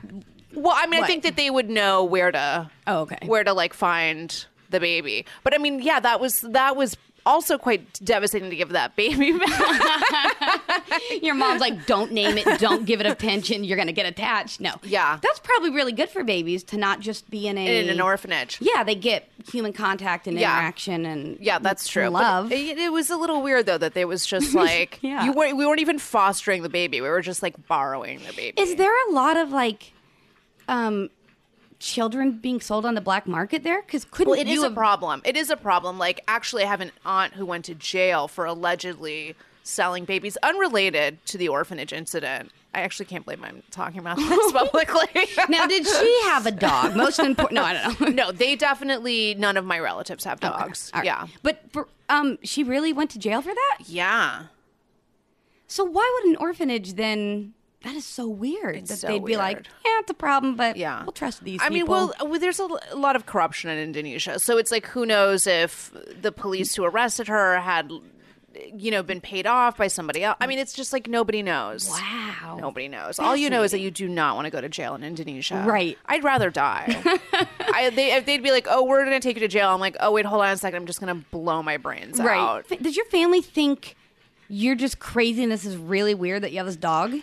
[SPEAKER 2] Well, I mean,
[SPEAKER 1] What?
[SPEAKER 2] I think that they would know where to.
[SPEAKER 1] Oh, okay.
[SPEAKER 2] Where to like find the baby? But I mean, yeah, that was that was also quite devastating to give that baby (laughs) back.
[SPEAKER 1] Your mom's like, don't name it, don't give it attention, you're gonna get attached. No.
[SPEAKER 2] Yeah.
[SPEAKER 1] That's probably really good for babies to not just be in a
[SPEAKER 2] in an orphanage.
[SPEAKER 1] Yeah, they get human contact and
[SPEAKER 2] Yeah.
[SPEAKER 1] interaction and
[SPEAKER 2] Yeah, that's true. But
[SPEAKER 1] Love.
[SPEAKER 2] It, it was a little weird though that there was just like
[SPEAKER 1] (laughs) Yeah.
[SPEAKER 2] you weren't, we weren't even fostering the baby. We were just like borrowing the baby.
[SPEAKER 1] Is there a lot of like um children being sold on the black market there? Because couldn't
[SPEAKER 2] well, it
[SPEAKER 1] you
[SPEAKER 2] is a
[SPEAKER 1] have-
[SPEAKER 2] problem. It is a problem. Like, actually, I have an aunt who went to jail for allegedly selling babies unrelated to the orphanage incident. I actually can't believe I'm
[SPEAKER 1] (laughs)
[SPEAKER 2] talking about this publicly.
[SPEAKER 1] Now did she have a dog? Most important No, I don't know.
[SPEAKER 2] (laughs) no, they definitely none of my relatives have dogs.
[SPEAKER 1] All right.
[SPEAKER 2] Yeah.
[SPEAKER 1] But but, um she really went to jail for that?
[SPEAKER 2] Yeah.
[SPEAKER 1] So why would an orphanage then? That is so weird that
[SPEAKER 2] so
[SPEAKER 1] they'd be like,
[SPEAKER 2] weird.
[SPEAKER 1] yeah, it's a problem, but
[SPEAKER 2] Yeah.
[SPEAKER 1] we'll trust these.
[SPEAKER 2] I mean,
[SPEAKER 1] people."
[SPEAKER 2] well, well, there's a l- a lot of corruption in Indonesia. So it's like, who knows if the police who arrested her had, you know, been paid off by somebody else. I mean, it's just like nobody knows.
[SPEAKER 1] Wow.
[SPEAKER 2] Nobody knows. All you know is that you do not want to go to jail in Indonesia.
[SPEAKER 1] Right.
[SPEAKER 2] I'd
[SPEAKER 1] (laughs)
[SPEAKER 2] rather die. I, they, if they'd be like, oh, we're going to take you to jail. I'm like, oh, wait, hold on a second. I'm just going to blow my brains
[SPEAKER 1] right?
[SPEAKER 2] out.
[SPEAKER 1] F- Does your family think you're just crazy and this is really weird that you have this dog?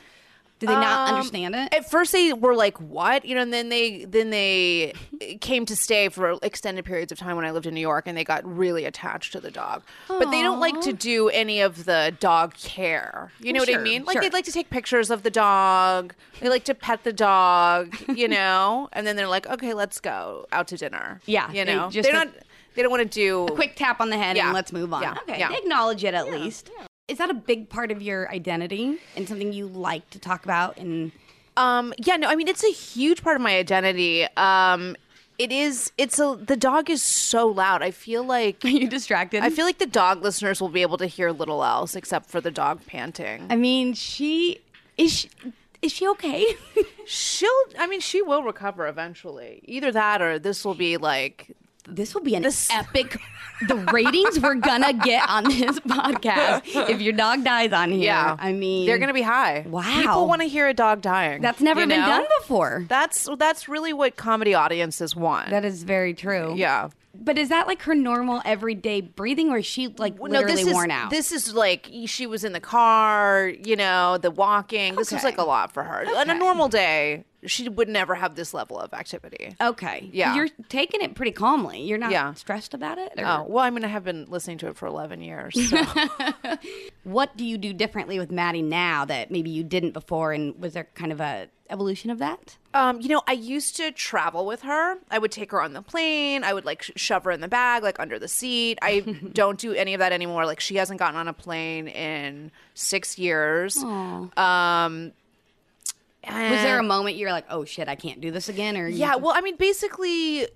[SPEAKER 1] Do they not
[SPEAKER 2] Um,
[SPEAKER 1] understand it?
[SPEAKER 2] At first, they were like, "What?" You know, and then they then they came to stay for extended periods of time when I lived in New York, and they got really attached to the dog. But they don't like to do any of the dog care. You know
[SPEAKER 1] Well,
[SPEAKER 2] what
[SPEAKER 1] sure,
[SPEAKER 2] I mean? Like
[SPEAKER 1] sure.
[SPEAKER 2] they like to take pictures of the dog. They like to pet the dog. You know, and then they're like, "Okay, let's go out to dinner."
[SPEAKER 1] Yeah,
[SPEAKER 2] you
[SPEAKER 1] they
[SPEAKER 2] know,
[SPEAKER 1] just
[SPEAKER 2] they're
[SPEAKER 1] like-
[SPEAKER 2] not. They don't want to do
[SPEAKER 1] Quick tap on the head
[SPEAKER 2] Yeah.
[SPEAKER 1] and let's move on.
[SPEAKER 2] Yeah.
[SPEAKER 1] Okay,
[SPEAKER 2] Yeah.
[SPEAKER 1] they acknowledge it at least. Is that a big part of your identity and something you like to talk about? And (laughs)
[SPEAKER 2] Um, yeah, no, I mean it's a huge part of my identity. Um, it is. It's a. The dog is so loud. I feel like.
[SPEAKER 1] are you distracted?
[SPEAKER 2] I feel like the dog listeners will be able to hear little else except for the dog panting.
[SPEAKER 1] I mean, she is. She, is she okay?
[SPEAKER 2] She'll. I mean, she will recover eventually. Either that or this will be like.
[SPEAKER 1] this will be an
[SPEAKER 2] (laughs) This-
[SPEAKER 1] epic the ratings we're gonna get on this podcast if your dog dies on here
[SPEAKER 2] Yeah.
[SPEAKER 1] i mean
[SPEAKER 2] they're gonna be high.
[SPEAKER 1] Wow.
[SPEAKER 2] People want to hear a dog dying.
[SPEAKER 1] that's never
[SPEAKER 2] you
[SPEAKER 1] been
[SPEAKER 2] know?
[SPEAKER 1] done before
[SPEAKER 2] That's that's really what comedy audiences want.
[SPEAKER 1] that is very true
[SPEAKER 2] yeah.
[SPEAKER 1] but is that like her normal everyday breathing or is she like
[SPEAKER 2] Well,
[SPEAKER 1] literally
[SPEAKER 2] this
[SPEAKER 1] worn
[SPEAKER 2] is,
[SPEAKER 1] out
[SPEAKER 2] This is like she was in the car, you know, the walking. This was
[SPEAKER 1] Okay.
[SPEAKER 2] like a lot for her. On a
[SPEAKER 1] Okay.
[SPEAKER 2] normal day, she would never have this level of activity.
[SPEAKER 1] okay
[SPEAKER 2] Yeah.
[SPEAKER 1] you're taking it pretty calmly you're not
[SPEAKER 2] Yeah.
[SPEAKER 1] stressed about it or-
[SPEAKER 2] Oh, well, I mean, I have been listening to it for 11 years.
[SPEAKER 1] (laughs)
[SPEAKER 2] so.
[SPEAKER 1] what do you do differently with maddie now that maybe you didn't before and was there kind of a evolution of that
[SPEAKER 2] um, you know, I used to travel with her. I would take her on the plane. I would like sh- shove her in the bag, like under the seat.
[SPEAKER 1] (laughs)
[SPEAKER 2] I don't do any of that anymore. Like, she hasn't gotten on a plane in six years. Um,
[SPEAKER 1] was there a moment you're like oh shit i can't do this again or you-
[SPEAKER 2] Yeah, well, I mean, basically,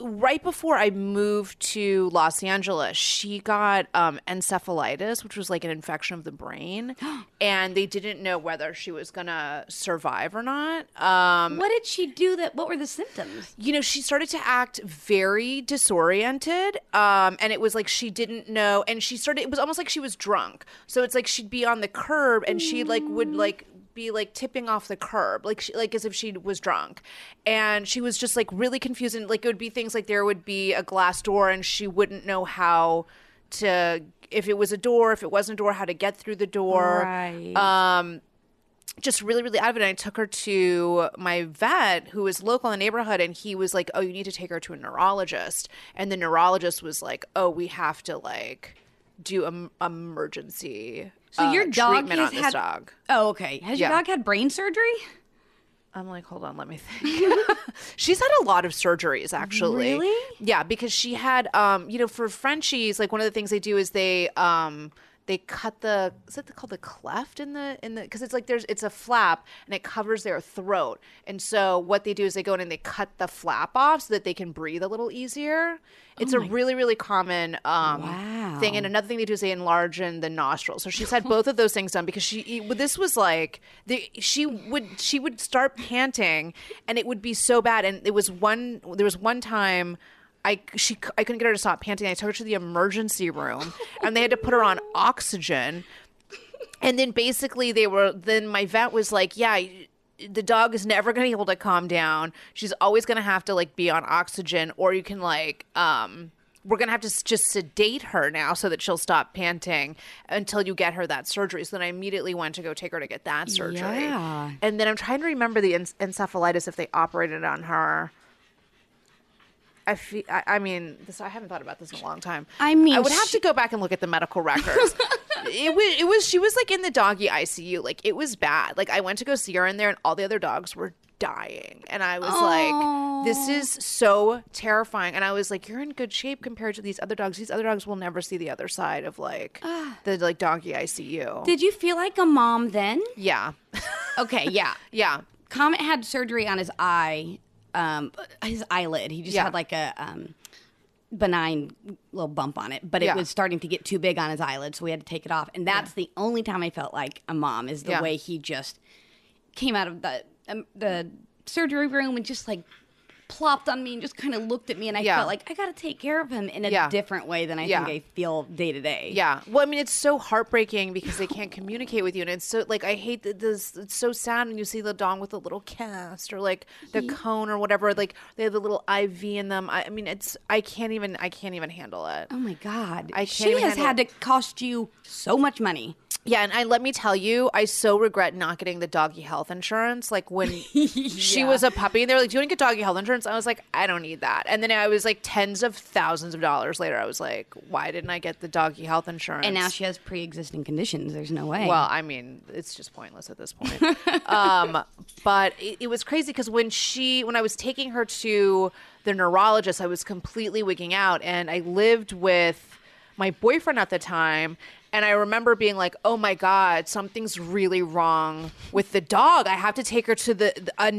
[SPEAKER 2] right before I moved to Los Angeles, she got um, encephalitis, which was like an infection of the brain, and they didn't know whether she was gonna survive or not. Um,
[SPEAKER 1] what did she do that what were the symptoms
[SPEAKER 2] you know, she started to act very disoriented. Um, and it was like she didn't know. And she started, it was almost like she was drunk. So it's like she'd be on the curb and she like would like be like tipping off the curb, like she, like as if she was drunk. And she was just like really confused. And like it would be things like there would be a glass door and she wouldn't know how to if it was a door, if it wasn't a door, how to get through the door.
[SPEAKER 4] Right.
[SPEAKER 2] Um, just really, really out of it. And I took her to my vet who is local in the neighborhood, and he was like, "Oh, you need to take her to a neurologist." And the neurologist was like, "Oh, we have to like do em- emergency."
[SPEAKER 1] So
[SPEAKER 2] uh,
[SPEAKER 1] your dog
[SPEAKER 2] treatment
[SPEAKER 1] has
[SPEAKER 2] on this
[SPEAKER 1] had-
[SPEAKER 2] dog.
[SPEAKER 1] Oh, okay. Has
[SPEAKER 2] Yeah.
[SPEAKER 1] your dog had brain surgery?
[SPEAKER 2] I'm like, hold on, let me think. (laughs) She's had a lot of surgeries, actually.
[SPEAKER 1] Really?
[SPEAKER 2] Yeah, because she had, um, you know, for Frenchies, like one of the things they do is they, um, they cut the is that called the cleft in the in the because it's like there's it's a flap and it covers their throat and so what they do is they go in and they cut the flap off so that they can breathe a little easier. It's a really really common um, thing and another thing they do is they enlarge in the nostrils. So she's had both of those things done because she e, well, this was like the, she would she would start panting and it would be so bad and it was one there was one time I she I couldn't get her to stop panting. I took her to the emergency room and they had to put her on oxygen. And then basically they were then my vet was like, "Yeah, the dog is never going to be able to calm down. She's always going to have to like be on oxygen or you can like um we're going to have to s- just sedate her now so that she'll stop panting until you get her that surgery." So then I immediately went to go take her to get that surgery.
[SPEAKER 1] Yeah.
[SPEAKER 2] And then I'm trying to remember the en- encephalitis if they operated on her. I feel. I, I mean, this. I haven't thought about this in a long time.
[SPEAKER 1] I mean,
[SPEAKER 2] I would have
[SPEAKER 1] she-
[SPEAKER 2] to go back and look at the medical records. it was. It was. She was like in the doggy ICU. Like it was bad. Like I went to go see her in there, and all the other dogs were dying, and I was like, "This is so terrifying." And I was like, "You're in good shape compared to these other dogs. These other dogs will never see the other side of like the like doggy ICU."
[SPEAKER 1] Did you feel like a mom then?
[SPEAKER 2] yeah, (laughs)
[SPEAKER 1] Okay, yeah.
[SPEAKER 2] yeah.
[SPEAKER 1] Comet had surgery on his eye, um, his eyelid. He just
[SPEAKER 2] Yeah.
[SPEAKER 1] had like a um, benign little bump on it, but it
[SPEAKER 2] Yeah.
[SPEAKER 1] was starting to get too big on his eyelid, so we had to take it off. And that's the only time I felt like a mom is the
[SPEAKER 2] Yeah.
[SPEAKER 1] way he just came out of the um, the surgery room and just like plopped on me and just kind of looked at me, and I
[SPEAKER 2] Yeah.
[SPEAKER 1] felt like I got to take care of him in a
[SPEAKER 2] Yeah.
[SPEAKER 1] different way than I
[SPEAKER 2] Yeah.
[SPEAKER 1] think I feel day to day.
[SPEAKER 2] Yeah. Well, I mean, it's so heartbreaking because they can't communicate with you, and it's so like I hate that this. It's so sad when you see the dong with the little cast or like the cone or whatever. Like they have the little IV in them. I, I mean, it's I can't even I can't even handle it.
[SPEAKER 1] Oh my God!
[SPEAKER 2] I can't
[SPEAKER 1] she
[SPEAKER 2] even
[SPEAKER 1] has
[SPEAKER 2] handle
[SPEAKER 1] had to
[SPEAKER 2] it.
[SPEAKER 1] cost you so much money.
[SPEAKER 2] Yeah, and I let me tell you, I so regret not getting the doggy health insurance.
[SPEAKER 1] (laughs)
[SPEAKER 2] Like when she was a puppy, and they were like, "Do you want to get doggy health insurance?" I was like, "I don't need that." And then I was like, tens of thousands of dollars later, I was like, "Why didn't I get the doggy health insurance?"
[SPEAKER 1] And now she has pre-existing conditions. There's no way.
[SPEAKER 2] Well, I mean, it's just pointless at this point. (laughs) um, but it, it was crazy because when she, when I was taking her to the neurologist, I was completely wigging out, and I lived with my boyfriend at the time. And I remember being like, "Oh my God, something's really wrong with the dog. I have to take her to the a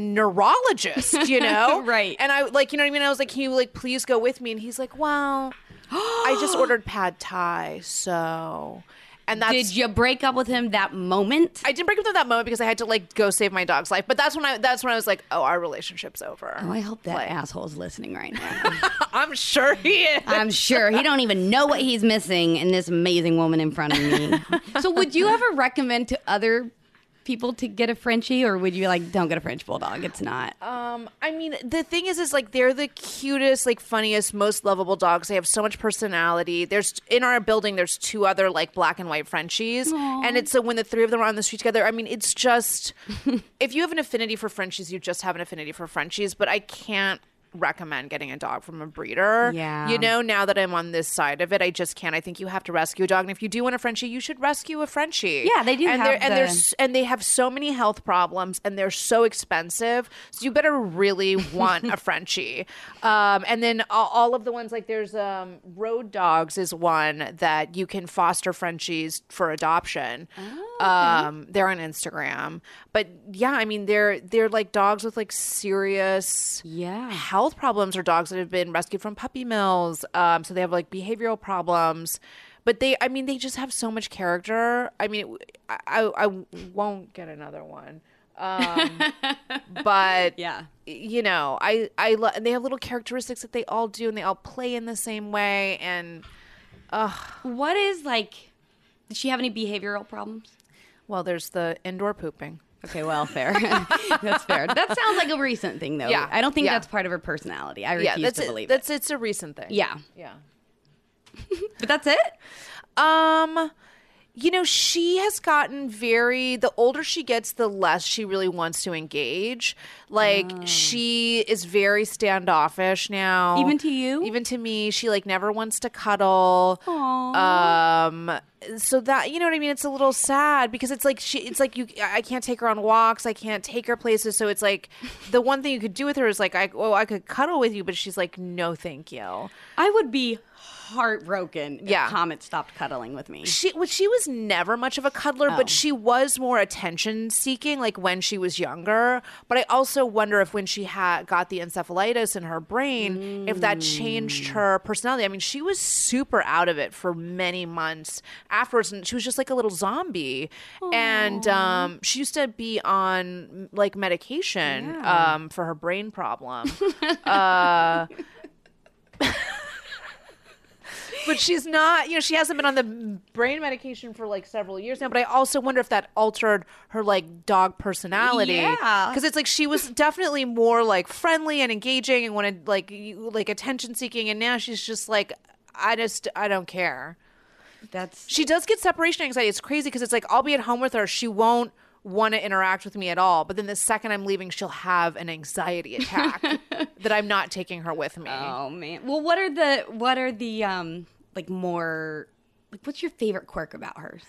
[SPEAKER 1] (laughs)
[SPEAKER 2] neurologist, you know?
[SPEAKER 1] Right.
[SPEAKER 2] And I like, you know what I mean? I was like, "Can you like please go with me?" And he's like, "Well, I
[SPEAKER 1] (gasps)
[SPEAKER 2] just ordered pad thai, so." And that's
[SPEAKER 1] Did you break up with him that moment?
[SPEAKER 2] I didn't break up at that moment because I had to like go save my dog's life. But that's when I that's when I was like, oh, our relationship's over.
[SPEAKER 1] oh, I hope that asshole's listening right now. (laughs)
[SPEAKER 2] I'm sure he is.
[SPEAKER 1] I'm sure he don't even know what he's missing in this amazing woman in front of me. (laughs) so, would you ever recommend to other people to get a Frenchie, or would you like don't get a French bulldog? It's not.
[SPEAKER 2] Um, I mean, the thing is, is like they're the cutest, like funniest, most lovable dogs. They have so much personality. There's in our building, there's two other like black and white Frenchies, and it's so when the three of them are on the street together. I mean, it's just (laughs) if you have an affinity for Frenchies, you just have an affinity for Frenchies. But I can't recommend getting a dog from a breeder.
[SPEAKER 1] Yeah.
[SPEAKER 2] you know, now that I'm on this side of it, I just can't. I think you have to rescue a dog, and if you do want a Frenchie, you should rescue a Frenchie.
[SPEAKER 1] Yeah, they do
[SPEAKER 2] And
[SPEAKER 1] have
[SPEAKER 2] they're, and
[SPEAKER 1] the-
[SPEAKER 2] they're s- and they have so many health problems and they're so expensive. So you better really want a Frenchie. Um, and then all, all of the ones like there's um, Road Dogs is one that you can foster Frenchies for adoption. Um, they're on Instagram, but yeah, I mean they're they're like dogs with like serious
[SPEAKER 1] Yeah.
[SPEAKER 2] health problems or dogs that have been rescued from puppy mills. Um, so they have like behavioral problems, but they, I mean, they just have so much character. I mean, it, I, I, I won't get another one. Um,
[SPEAKER 1] (sighs)
[SPEAKER 2] but
[SPEAKER 1] Yeah.
[SPEAKER 2] you know, I, I, lo- and they have little characteristics that they all do and they all play in the same way. And
[SPEAKER 1] what is like? Did she have any behavioral problems?
[SPEAKER 2] well, there's the indoor pooping.
[SPEAKER 1] Okay, well, fair. (laughs) that's fair. That sounds like a recent thing, though.
[SPEAKER 2] Yeah.
[SPEAKER 1] I don't think
[SPEAKER 2] Yeah.
[SPEAKER 1] that's part of her personality. I refuse
[SPEAKER 2] Yeah. That's,
[SPEAKER 1] to
[SPEAKER 2] it,
[SPEAKER 1] believe
[SPEAKER 2] that's,
[SPEAKER 1] it.
[SPEAKER 2] it's a recent thing.
[SPEAKER 1] Yeah.
[SPEAKER 2] Yeah.
[SPEAKER 4] But that's it.
[SPEAKER 2] Um, you know, she has gotten very. The older she gets, the less she really wants to engage. Like
[SPEAKER 1] Ah.
[SPEAKER 2] she is very standoffish now.
[SPEAKER 1] Even to you?
[SPEAKER 2] even to me. She like never wants to cuddle. Um, so that you know what I mean. It's a little sad because it's like she. It's like you. I can't take her on walks. I can't take her places. So it's like the one thing you could do with her is like, I oh, I could cuddle with you, but she's like, no, thank you.
[SPEAKER 1] I would be heartbroken
[SPEAKER 2] Yeah.
[SPEAKER 1] if Comet stopped cuddling with me.
[SPEAKER 2] she well, she was never much of a cuddler, but she was more attention seeking, like when she was younger. But I also wonder if when she had got the encephalitis in her brain, if that changed her personality. I mean, she was super out of it for many months afterwards, and she was just like a little zombie. And um, she used to be on like medication um, for her brain problem. but she's not you know she hasn't been on the brain medication for like several years now but i also wonder if that altered her like dog personality
[SPEAKER 1] Yeah.
[SPEAKER 2] because it's like she was definitely more like friendly and engaging and wanted like you, like attention seeking and now she's just like i just i don't care
[SPEAKER 1] That's
[SPEAKER 2] she does get separation anxiety it's crazy because it's like i'll be at home with her she won't want to interact with me at all but then the second i'm leaving she'll have an anxiety attack that i'm not taking her with me
[SPEAKER 1] oh man. Well, what are the what are the um like more like what's your favorite quirk about hers?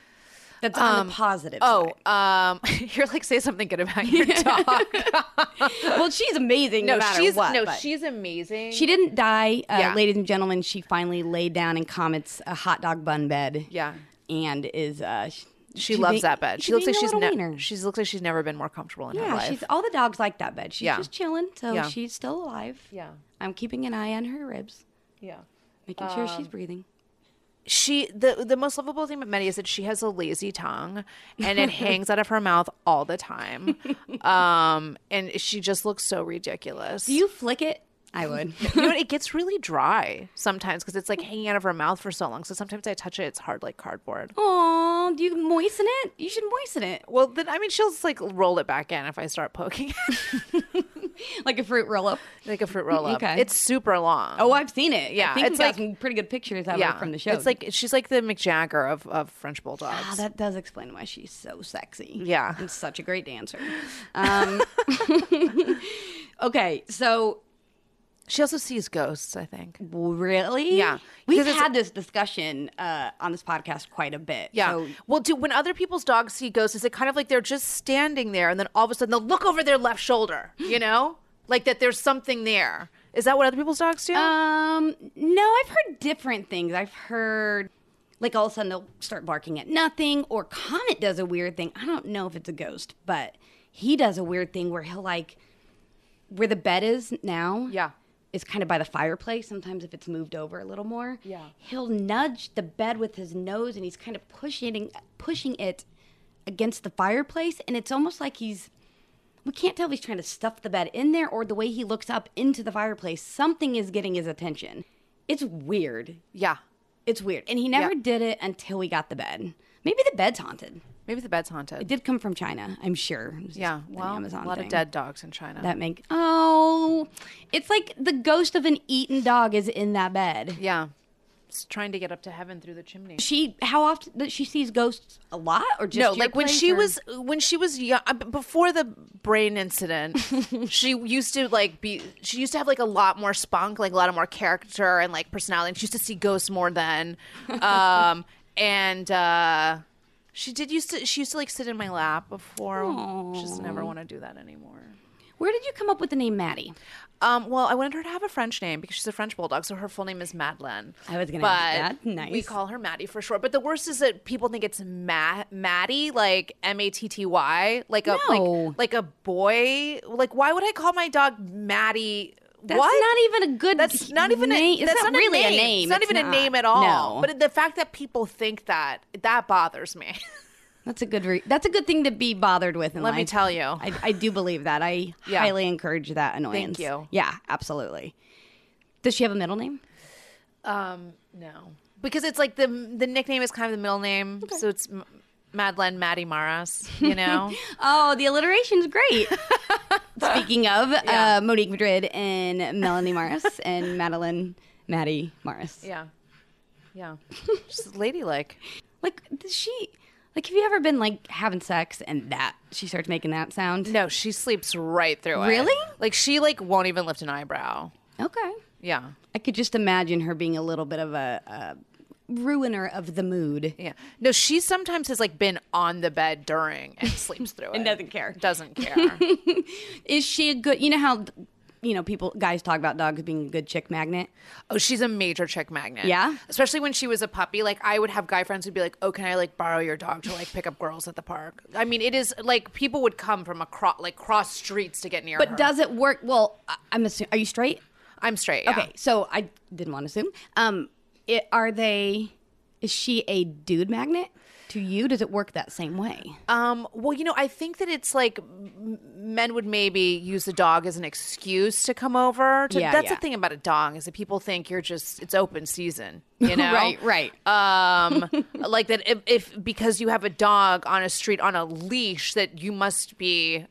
[SPEAKER 1] That's on the positive.
[SPEAKER 2] Oh, um, (laughs) you're like say something good about (laughs) your dog.
[SPEAKER 1] side. well, she's amazing. No, matter
[SPEAKER 2] she's
[SPEAKER 1] what.
[SPEAKER 2] no,
[SPEAKER 1] but-
[SPEAKER 2] she's amazing.
[SPEAKER 1] She didn't die, uh,
[SPEAKER 2] Yeah.
[SPEAKER 1] ladies and gentlemen. She finally laid down in Comet's uh, hot dog bun bed.
[SPEAKER 2] Yeah.
[SPEAKER 1] and is uh, she,
[SPEAKER 2] she loves
[SPEAKER 1] being-
[SPEAKER 2] that bed. She
[SPEAKER 1] she's
[SPEAKER 2] looks like
[SPEAKER 1] being a
[SPEAKER 2] she's
[SPEAKER 1] little
[SPEAKER 2] ne-
[SPEAKER 1] wiener.
[SPEAKER 2] she looks like she's never been more comfortable in her
[SPEAKER 1] yeah.
[SPEAKER 2] life.
[SPEAKER 1] She's all the dogs like that bed. She's
[SPEAKER 2] Yeah.
[SPEAKER 1] just chilling, so
[SPEAKER 2] Yeah.
[SPEAKER 1] she's still alive.
[SPEAKER 2] Yeah.
[SPEAKER 1] I'm keeping an eye on her ribs,
[SPEAKER 2] yeah.
[SPEAKER 1] making sure she's breathing.
[SPEAKER 2] She the the most lovable thing about Meddy is that she has a lazy tongue and (laughs) it hangs out of her mouth all the time. Um and she just looks so ridiculous.
[SPEAKER 1] Do you flick it? I would.
[SPEAKER 2] You know what? It gets really dry sometimes because it's (laughs) like hanging out of her mouth for so long. So sometimes I touch it, it's hard like cardboard.
[SPEAKER 1] (laughs) Aw, do you moisten it? You should moisten it
[SPEAKER 2] Well, then I mean, she'll just like roll it back in if I start poking it.
[SPEAKER 1] like a fruit roll up.
[SPEAKER 2] like a fruit roll up.
[SPEAKER 1] Okay.
[SPEAKER 2] It's super long.
[SPEAKER 1] Oh, I've seen it.
[SPEAKER 2] Yeah,
[SPEAKER 1] I think
[SPEAKER 2] it's
[SPEAKER 1] we got
[SPEAKER 2] like-
[SPEAKER 1] some pretty good pictures of her from the show.
[SPEAKER 2] It's like she's like the McJagger of, of French bulldogs.
[SPEAKER 1] Wow, that does explain why she's so sexy.
[SPEAKER 2] Yeah.
[SPEAKER 1] And such a great (laughs) dancer. Um, (laughs) okay, so
[SPEAKER 2] she also sees ghosts, I think.
[SPEAKER 1] really?
[SPEAKER 2] Yeah,
[SPEAKER 1] We've
[SPEAKER 2] because it's-
[SPEAKER 1] had this discussion uh, on this podcast quite a bit.
[SPEAKER 2] Yeah.
[SPEAKER 1] So
[SPEAKER 2] well, do when other people's dogs see ghosts, is it kind of like they're just standing there and then all of a sudden they'll look over their left shoulder,
[SPEAKER 1] (gasps)
[SPEAKER 2] you know? like that there's something there. Is that what other people's dogs do?
[SPEAKER 1] Um, no, I've heard different things. I've heard like all of a sudden they'll start barking at nothing, or Comet does a weird thing. I don't know if it's a ghost, but he does a weird thing where he'll like where the bed is now.
[SPEAKER 2] Yeah.
[SPEAKER 1] Is kind of by the fireplace. Sometimes if it's moved over a little more,
[SPEAKER 2] Yeah.
[SPEAKER 1] he'll nudge the bed with his nose, and he's kind of pushing pushing it against the fireplace, and it's almost like he's we can't tell if he's trying to stuff the bed in there or the way he looks up into the fireplace. Something is getting his attention. It's weird.
[SPEAKER 2] yeah.
[SPEAKER 1] It's weird. And he never
[SPEAKER 2] Yeah.
[SPEAKER 1] did it until we got the bed. Maybe the bed's haunted.
[SPEAKER 2] Maybe the bed's
[SPEAKER 1] It
[SPEAKER 2] haunted.
[SPEAKER 1] did come from China, I'm sure. It was
[SPEAKER 2] Yeah.
[SPEAKER 1] just an
[SPEAKER 2] Well,
[SPEAKER 1] Amazon
[SPEAKER 2] a lot
[SPEAKER 1] thing.
[SPEAKER 2] of dead dogs in China.
[SPEAKER 1] That make oh, it's like the ghost of an eaten dog is in that bed.
[SPEAKER 2] yeah. It's trying to get up to heaven through the chimney.
[SPEAKER 1] She how often that she sees ghosts a lot or just
[SPEAKER 2] no
[SPEAKER 1] your
[SPEAKER 2] like when
[SPEAKER 1] place,
[SPEAKER 2] she
[SPEAKER 1] or-
[SPEAKER 2] was when she was young uh, b- before the
[SPEAKER 1] (laughs)
[SPEAKER 2] brain incident she used to like be she used to have like a lot more spunk like a lot of more character and like personality and she used to see ghosts
[SPEAKER 1] (laughs)
[SPEAKER 2] more then um and uh she did used to she used to like sit in my lap before she just never want to do that anymore
[SPEAKER 1] Where did you come up with the name Maddie?
[SPEAKER 2] um, well, I wanted her to have a French name because she's a French bulldog, so her full name is Madeleine.
[SPEAKER 1] I was gonna
[SPEAKER 2] But
[SPEAKER 1] ask that. Nice.
[SPEAKER 2] We call her Maddie for short. But the worst is that people think it's Ma- Maddie, like M A T T Y, like a
[SPEAKER 1] No.
[SPEAKER 2] like like a boy. Like, why would I call my dog Maddie?
[SPEAKER 1] That's
[SPEAKER 2] what?
[SPEAKER 1] not even a good.
[SPEAKER 2] That's not even
[SPEAKER 1] name.
[SPEAKER 2] a.
[SPEAKER 1] It's
[SPEAKER 2] That's
[SPEAKER 1] not,
[SPEAKER 2] not,
[SPEAKER 1] really
[SPEAKER 2] a name. It's not even a name at all.
[SPEAKER 1] No,
[SPEAKER 2] But the fact that people think that that bothers me. (laughs)
[SPEAKER 1] that's a good. Re- that's a good thing to be bothered with. In
[SPEAKER 2] Let me
[SPEAKER 1] life.
[SPEAKER 2] tell you.
[SPEAKER 1] I, I do believe that. I
[SPEAKER 2] (laughs) Yeah.
[SPEAKER 1] highly encourage that annoyance.
[SPEAKER 2] you.
[SPEAKER 1] Yeah, absolutely. Does she have a middle name?
[SPEAKER 2] Um, no, because it's like the the nickname is kind of the middle name, so it's M- Madeline
[SPEAKER 1] (laughs)
[SPEAKER 2] Maddie Maras. You know,
[SPEAKER 1] Oh, the alliteration's great. (laughs) Speaking of uh, Monique Madrid and Melanie Morris and Madeline Maddie Morris.
[SPEAKER 2] yeah.
[SPEAKER 1] (laughs)
[SPEAKER 2] Yeah. Just ladylike.
[SPEAKER 1] Like does she like have you ever been like having sex and that she starts making that sound?
[SPEAKER 2] No, she sleeps right through it.
[SPEAKER 1] Really?
[SPEAKER 2] Like she like won't even lift an eyebrow.
[SPEAKER 1] Okay.
[SPEAKER 2] Yeah.
[SPEAKER 1] I could just imagine her being a little bit of a, a ruiner of the mood.
[SPEAKER 2] Yeah. No, she sometimes has like been on the bed during and sleeps through
[SPEAKER 1] (laughs)
[SPEAKER 2] it.
[SPEAKER 1] And doesn't care.
[SPEAKER 2] Doesn't care.
[SPEAKER 1] Is she a good you know how you know people guys talk about dogs being a good chick magnet?
[SPEAKER 2] oh, she's a major chick magnet.
[SPEAKER 1] Yeah?
[SPEAKER 2] Especially when she was a puppy. Like I would have guy friends who'd be like, Oh, can I like borrow your dog to like pick up girls at the park? I mean, it is like people would come from across like cross streets to get near her.
[SPEAKER 1] But does it work? Well, I- I'm assuming are you straight?
[SPEAKER 2] I'm straight. yeah.
[SPEAKER 1] Okay, so I didn't want to assume. Um, it, are they? Is she a dude magnet to you? Does it work that same way?
[SPEAKER 2] Um, well, you know, I think that it's like m- men would maybe use the dog as an excuse to come over. To,
[SPEAKER 1] Yeah,
[SPEAKER 2] that's
[SPEAKER 1] yeah.
[SPEAKER 2] the thing about a dog is that people think you're just it's open season. (laughs) You know,
[SPEAKER 1] Right, right.
[SPEAKER 2] Um, like that if, if because you have a dog on a street on a leash that you must be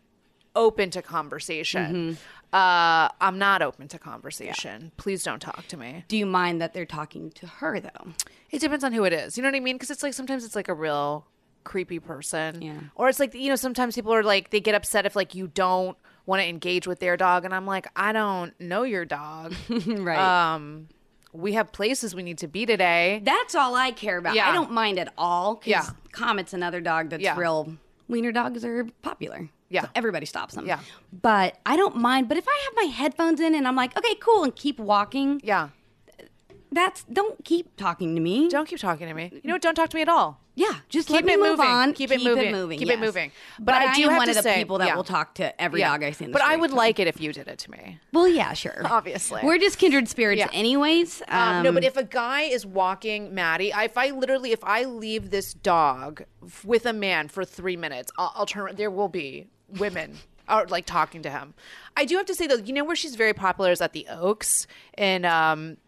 [SPEAKER 2] open to conversation. Uh, I'm not open to conversation. Please don't talk to me.
[SPEAKER 1] Do you mind that they're talking to her though?
[SPEAKER 2] It depends on who it is. You know what I mean? Because it's like sometimes it's like a real creepy person.
[SPEAKER 1] Yeah.
[SPEAKER 2] Or it's like, you know, sometimes people are like, they get upset if like you don't want to engage with their dog. And I'm like, I don't know your dog.
[SPEAKER 1] (laughs) right.
[SPEAKER 2] um, we have places we need to be today.
[SPEAKER 1] That's all I care about.
[SPEAKER 2] Yeah.
[SPEAKER 1] I don't mind at all. 'cause
[SPEAKER 2] Yeah.
[SPEAKER 1] Comet's another dog that's
[SPEAKER 2] Yeah.
[SPEAKER 1] real. Wiener dogs are popular.
[SPEAKER 2] Yeah.
[SPEAKER 1] So everybody stops them.
[SPEAKER 2] Yeah.
[SPEAKER 1] But I don't mind. But if I have my headphones in and I'm like, okay, cool, and keep walking,
[SPEAKER 2] Yeah.
[SPEAKER 1] that's don't keep talking to me.
[SPEAKER 2] Don't keep talking to me. You know what? Don't talk to me at all.
[SPEAKER 1] Yeah, just
[SPEAKER 2] Keep
[SPEAKER 1] let me
[SPEAKER 2] it
[SPEAKER 1] move
[SPEAKER 2] moving.
[SPEAKER 1] on.
[SPEAKER 2] Keep it moving. Keep it moving.
[SPEAKER 1] But,
[SPEAKER 2] But
[SPEAKER 1] I,
[SPEAKER 2] I do
[SPEAKER 1] am
[SPEAKER 2] have
[SPEAKER 1] one
[SPEAKER 2] to
[SPEAKER 1] of the
[SPEAKER 2] say-
[SPEAKER 1] people that
[SPEAKER 2] yeah.
[SPEAKER 1] will talk to every dog I see in the
[SPEAKER 2] but I
[SPEAKER 1] street.
[SPEAKER 2] would like it if you did it to me.
[SPEAKER 1] Well, yeah, sure.
[SPEAKER 2] Obviously.
[SPEAKER 1] we're just kindred spirits,
[SPEAKER 2] Yeah.
[SPEAKER 1] anyways.
[SPEAKER 2] Um, no, but
[SPEAKER 1] Um,
[SPEAKER 2] if a guy is walking Maddie, I- if I literally, if I leave this dog f- with a man for three minutes, I'll, I'll turn. There will be women (laughs) are like talking to him. I do have to say though, you know where she's very popular is at the Oaks and um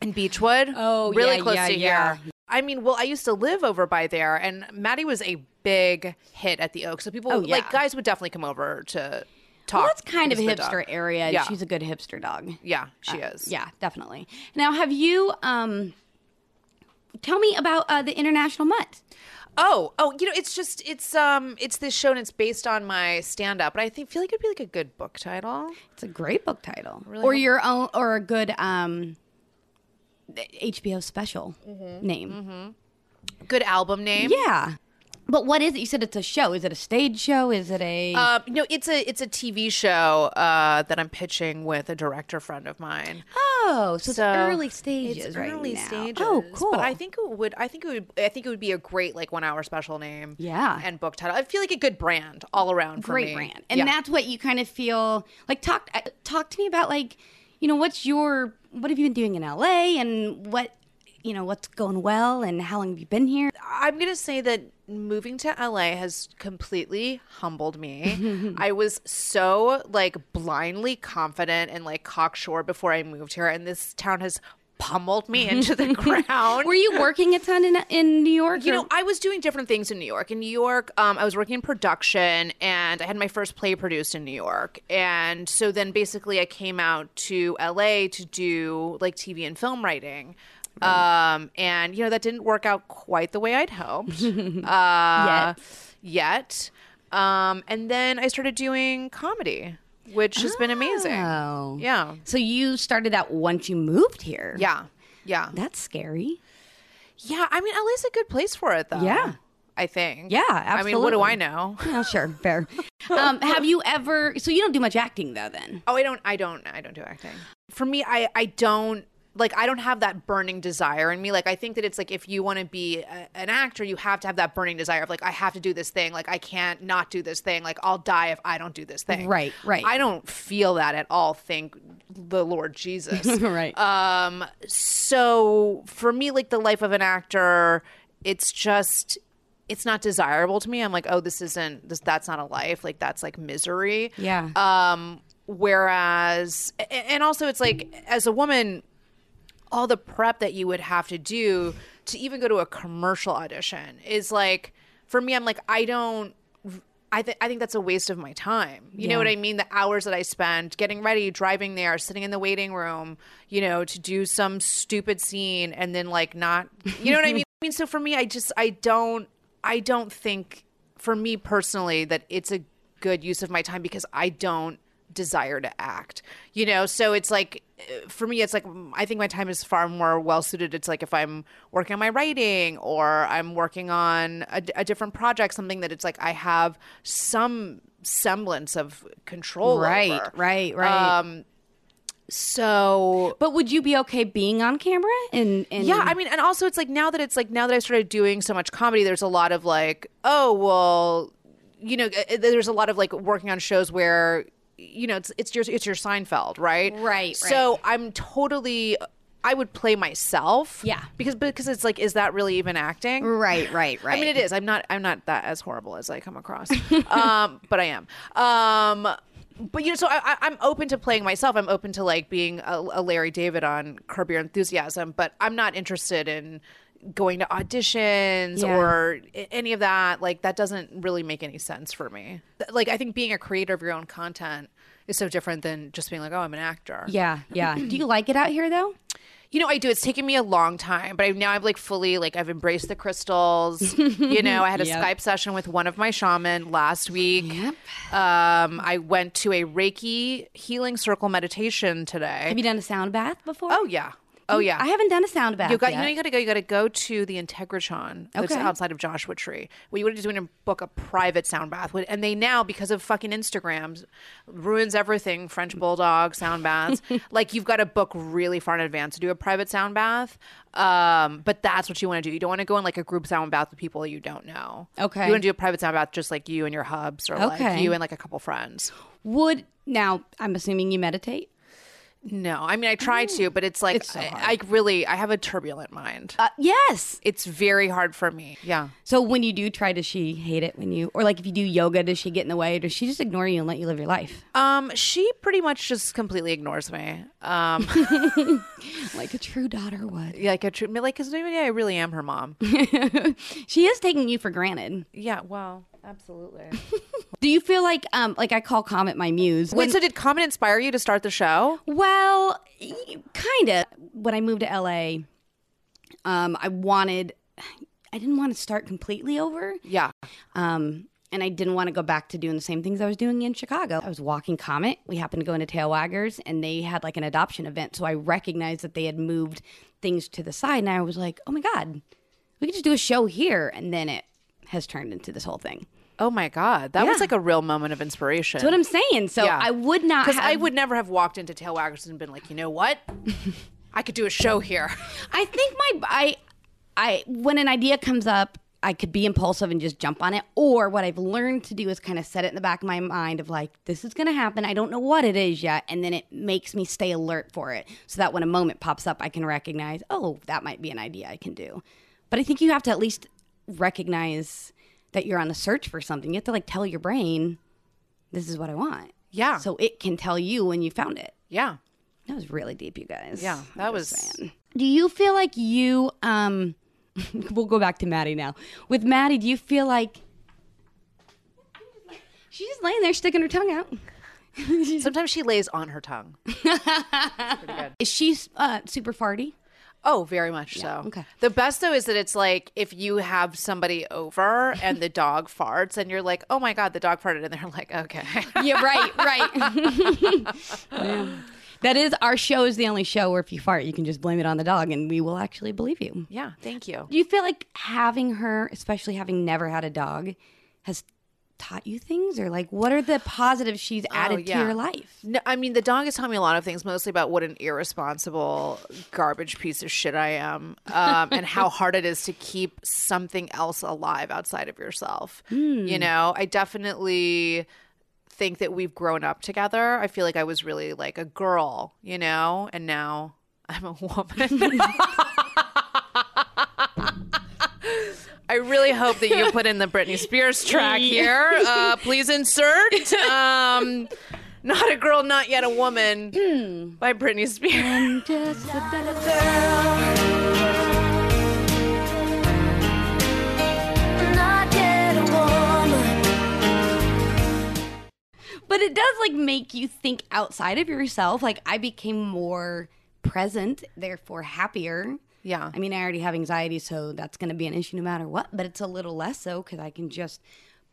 [SPEAKER 2] in Beechwood.
[SPEAKER 1] Oh,
[SPEAKER 2] really
[SPEAKER 1] yeah,
[SPEAKER 2] close
[SPEAKER 1] yeah,
[SPEAKER 2] to
[SPEAKER 1] yeah.
[SPEAKER 2] here. I mean, well, I used to live over by there, and Maddie was a big hit at the Oaks. So people,
[SPEAKER 1] Oh, yeah.
[SPEAKER 2] like guys, would definitely come over to talk.
[SPEAKER 1] well, that's kind of a
[SPEAKER 2] because the
[SPEAKER 1] hipster
[SPEAKER 2] dog.
[SPEAKER 1] area. and
[SPEAKER 2] Yeah,
[SPEAKER 1] She's a good hipster dog.
[SPEAKER 2] yeah, she is.
[SPEAKER 1] Yeah, definitely. Now, have you? um Tell me about uh, the international mutt.
[SPEAKER 2] Oh, oh, you know, it's just it's um it's this show and it's based on my stand up, but I think feel like it'd be like a good book title.
[SPEAKER 1] It's a great book title,
[SPEAKER 2] Really
[SPEAKER 1] or
[SPEAKER 2] hope-
[SPEAKER 1] your own, or a good um HBO special
[SPEAKER 2] Mm-hmm.
[SPEAKER 1] name.
[SPEAKER 2] Good album name.
[SPEAKER 1] Yeah. But what is it? You said it's a show. Is it a stage show? Is it a
[SPEAKER 2] Um, no, it's a it's a TV show uh, that I'm pitching with a director friend of mine.
[SPEAKER 1] Oh, so,
[SPEAKER 2] So
[SPEAKER 1] it's early
[SPEAKER 2] it's
[SPEAKER 1] stages right
[SPEAKER 2] early
[SPEAKER 1] now.
[SPEAKER 2] stages.
[SPEAKER 1] Oh, cool.
[SPEAKER 2] But I think it would I think it would I think it would be a great like one hour special name.
[SPEAKER 1] Yeah.
[SPEAKER 2] And book title. I feel like a good brand all around for
[SPEAKER 1] great
[SPEAKER 2] me.
[SPEAKER 1] brand, and
[SPEAKER 2] Yeah.
[SPEAKER 1] that's what you kind of feel like. Talk uh, talk to me about like, you know, what's your what have you been doing in LA, and what you know what's going well, and how long have you been here?
[SPEAKER 2] I'm gonna say that moving to LA has completely humbled me. I was so like blindly confident and like cocksure before I moved here, and this town has pummeled me into the ground.
[SPEAKER 1] Were you working a ton in in New York?
[SPEAKER 2] You
[SPEAKER 1] or-
[SPEAKER 2] know, I was doing different things in New York. In New York, um, I was working in production, and I had my first play produced in New York. And so then, basically, I came out to LA to do like TV and film writing. Um, and you know that didn't work out quite the way I'd
[SPEAKER 1] (laughs)
[SPEAKER 2] hoped. uh, yet. Um, and then I started doing comedy, which has been amazing.
[SPEAKER 1] Oh.
[SPEAKER 2] Yeah,
[SPEAKER 1] so you started that once you moved here.
[SPEAKER 2] yeah, yeah,
[SPEAKER 1] that's scary.
[SPEAKER 2] yeah. I mean, LA's a good place for it, though.
[SPEAKER 1] Yeah.
[SPEAKER 2] I think.
[SPEAKER 1] Yeah,
[SPEAKER 2] I mean, what
[SPEAKER 1] absolutely.
[SPEAKER 2] do I know? (laughs)
[SPEAKER 1] Yeah, sure, fair. (laughs) um, have you ever? So you don't do much acting though,
[SPEAKER 2] (laughs)
[SPEAKER 1] then?
[SPEAKER 2] Oh, I don't, I don't, I don't do acting. For me, I, I don't like, I don't have that burning desire in me. Like, I think that it's like if you want to be a, an actor, you have to have that burning desire of like, I have to do this thing. Like, I can't not do this thing. Like, I'll die if I don't do this thing.
[SPEAKER 1] Right, right.
[SPEAKER 2] I don't feel that at all. Thank the
[SPEAKER 1] (laughs)
[SPEAKER 2] Lord Jesus.
[SPEAKER 1] Right.
[SPEAKER 2] Um, so for me, like the life of an actor, it's just it's not desirable to me. I'm like, oh, this isn't this that's not a life. Like that's like misery.
[SPEAKER 1] Yeah.
[SPEAKER 2] Um, whereas a- and also it's like as a woman, all the prep that you would have to do to even go to a commercial audition is like for me, I'm like, I don't I, th- I think that's a waste of my time. You know what I mean? The hours that I spend getting ready, driving there, sitting in the waiting room, you know, to do some stupid scene and then like not, you know what I mean? I mean, so for me, I just, I don't, I don't think for me personally that it's a good use of my time because I don't desire to act, you know? So it's like, uh, for me, it's like, mm, I think my time is far more well suited. It's like if I'm working on my writing or I'm working on a, d- a different project, something that it's like I have some semblance of control
[SPEAKER 1] Right,
[SPEAKER 2] over.
[SPEAKER 1] right, right.
[SPEAKER 2] Um, so
[SPEAKER 1] but would you be okay being on camera? And, and
[SPEAKER 2] yeah, I mean, and also it's like now that it's like now that I started doing so much comedy, there's a lot of like, oh well, you know, uh, there's a lot of like working on shows where you know it's it's your it's your Seinfeld, right?
[SPEAKER 1] Right,
[SPEAKER 2] So I'm totally. I would play myself.
[SPEAKER 1] Yeah.
[SPEAKER 2] Because because it's like, is that really even acting?
[SPEAKER 4] Right, right, right.
[SPEAKER 2] I mean, it is. I'm not. I'm not that as horrible as I come across, um, but I am. Um, but you know, so I, I, I'm open to playing myself. I'm open to like being a, a Larry David on Curb Your Enthusiasm, but I'm not interested in going to auditions
[SPEAKER 1] Yeah.
[SPEAKER 2] or a- any of that. Like that doesn't really make any sense for me. Th- Like I think being a creator of your own content is so different than just being like, oh, I'm an actor.
[SPEAKER 1] yeah,
[SPEAKER 2] (clears throat)
[SPEAKER 1] yeah. Do you like it out here though?
[SPEAKER 2] You know, I do. It's taken me a long time, but I've now I've like fully like I've embraced
[SPEAKER 1] (laughs)
[SPEAKER 2] the crystals. you know, I had a
[SPEAKER 1] Yep.
[SPEAKER 2] Skype session with one of my shaman last week. Um, I went to a Reiki healing circle meditation today.
[SPEAKER 1] Have you done a sound bath before?
[SPEAKER 2] oh yeah. Oh yeah.
[SPEAKER 1] I haven't done a sound bath.
[SPEAKER 2] You got.
[SPEAKER 1] yet.
[SPEAKER 2] You know, you got to go. You got to go to the Integratron that's
[SPEAKER 1] Okay.
[SPEAKER 2] outside of Joshua Tree. What you want to do is book a private sound bath, What- and they now because of fucking Instagrams ruins everything. French bulldog sound baths.
[SPEAKER 1] (laughs)
[SPEAKER 2] like you've got to book really far in advance to do a private sound bath. Um, but that's what you want to do. You don't want to go in like a group sound bath with people you don't know.
[SPEAKER 1] Okay.
[SPEAKER 2] You want to do a private sound bath just like you and your hubs, or
[SPEAKER 1] Okay.
[SPEAKER 2] like you and like a couple friends.
[SPEAKER 1] would now? I'm assuming you meditate.
[SPEAKER 2] No, I mean I try to, but it's like I, I really I have a turbulent mind.
[SPEAKER 1] Uh, yes.
[SPEAKER 2] it's very hard for me. Yeah.
[SPEAKER 1] So when you do try, does she hate it when you, or like if you do yoga, does she get in the way, or does she just ignore you and let you live your life
[SPEAKER 2] Um, she pretty much just completely ignores me. Um, (laughs)
[SPEAKER 1] like a true daughter would?
[SPEAKER 2] like a true, like because maybe I really am
[SPEAKER 1] (laughs)
[SPEAKER 2] her mom.
[SPEAKER 1] She is taking you for granted.
[SPEAKER 2] yeah. Well, absolutely.
[SPEAKER 1] Do you feel like, um, like I call Comet my muse?
[SPEAKER 2] Wait. So did Common inspire you to start the show?
[SPEAKER 1] Well, kind of. When I moved to LA, um, I wanted, I didn't want to start completely over.
[SPEAKER 2] Yeah.
[SPEAKER 1] Um, and I didn't want to go back to doing the same things I was doing in Chicago. I was walking Comet. We happened to go into Tailwaggers and they had like an adoption event. So I recognized that they had moved things to the side. And I was like, oh my God, we could just do a show here. And then it has turned into this whole thing.
[SPEAKER 2] Oh my God, that
[SPEAKER 1] Yeah.
[SPEAKER 2] was like a real moment of inspiration.
[SPEAKER 1] That's what I'm saying. So I would not
[SPEAKER 2] because
[SPEAKER 1] have.
[SPEAKER 2] I would never have walked into Tailwaggers and been like, you
[SPEAKER 1] (laughs)
[SPEAKER 2] know what, I could do a show here.
[SPEAKER 1] I think my I I when an idea comes up, I could be impulsive and just jump on it. Or what I've learned to do is kind of set it in the back of my mind of like, this is gonna happen. I don't know what it is yet, and then it makes me stay alert for it, so that when a moment pops up, I can recognize, oh, that might be an idea I can do. But I think you have to at least recognize that you're on a search for something. You have to like tell your brain, this is what I want.
[SPEAKER 2] Yeah.
[SPEAKER 1] So it can tell you when you found it.
[SPEAKER 2] yeah.
[SPEAKER 1] That was really deep, you guys.
[SPEAKER 2] Yeah,
[SPEAKER 1] I'm
[SPEAKER 2] that
[SPEAKER 1] just
[SPEAKER 2] was-
[SPEAKER 1] saying. Do you feel like you? um (laughs) We'll go back to Maddie now. With Maddie, do you feel like she's just laying there sticking her tongue out?
[SPEAKER 2] (laughs) Sometimes she lays on her tongue.
[SPEAKER 1] Is she uh, super farty?
[SPEAKER 2] Oh, very much so.
[SPEAKER 1] okay.
[SPEAKER 2] The best though is that it's like if you have somebody over and the dog (laughs) farts and you're like, oh my god, the dog farted, and they're like, okay.
[SPEAKER 1] Yeah, right, right. (laughs) That is our show is the only show where if you fart, you can just blame it on the dog, and we will actually believe you.
[SPEAKER 2] Yeah, thank you.
[SPEAKER 1] Do you feel like having her, especially having never had a dog, has taught you things, or like what are the positives she's added
[SPEAKER 2] yeah.
[SPEAKER 1] to your life?
[SPEAKER 2] No, I mean, the dog has taught me a lot of things, mostly about what an irresponsible garbage piece of shit I am, um, and how hard it is to keep something else alive outside of yourself. You know, I definitely think that we've grown up together. I feel like I was really like a girl, you know, and now I'm a woman. I really hope that you put in the Britney Spears track here. Uh, please insert. Um, not a girl, not yet a
[SPEAKER 1] (clears throat)
[SPEAKER 2] woman by Britney Spears.
[SPEAKER 1] Just a better
[SPEAKER 5] Not yet a woman,
[SPEAKER 1] but it does like make you think outside of yourself. Like I became more present, therefore happier.
[SPEAKER 2] Yeah.
[SPEAKER 1] I mean, I already have anxiety, so that's going to be an issue no matter what, but it's a little less so cuz I can just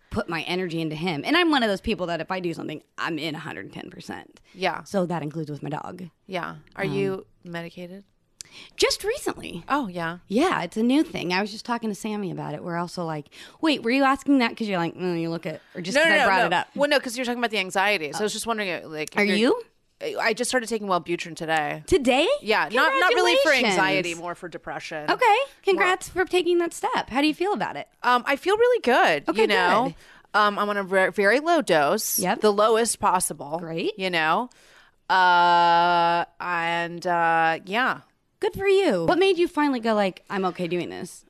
[SPEAKER 1] put my energy into him. And I'm one of those people that if I do something, I'm in 110%.
[SPEAKER 2] Yeah.
[SPEAKER 1] So that includes with my dog.
[SPEAKER 2] Yeah. Are you
[SPEAKER 1] um,
[SPEAKER 2] medicated?
[SPEAKER 1] Just recently.
[SPEAKER 2] Oh, yeah.
[SPEAKER 1] Yeah, it's a new thing. I was just talking to Sammy about it. We're also like, wait, were you asking that because you're like, mm, you look at, or just 'cause I brought it up?
[SPEAKER 2] Well, no, because you're talking about the anxiety. So I was just wondering, uh, like, if
[SPEAKER 1] Are
[SPEAKER 2] you're-
[SPEAKER 1] you
[SPEAKER 2] I just started taking Wellbutrin today.
[SPEAKER 1] today?
[SPEAKER 2] Yeah, not not really for
[SPEAKER 1] Congratulations.
[SPEAKER 2] anxiety, more for depression.
[SPEAKER 1] Okay, congrats for taking that step. How do you feel about it?
[SPEAKER 2] Um, I feel really good.
[SPEAKER 1] Okay,
[SPEAKER 2] you know, um, I'm on a ver- very low dose.
[SPEAKER 1] Yep.
[SPEAKER 2] the lowest possible.
[SPEAKER 1] Great.
[SPEAKER 2] You know, uh, and uh, yeah.
[SPEAKER 1] Good for you. What made you finally go like, I'm okay doing this,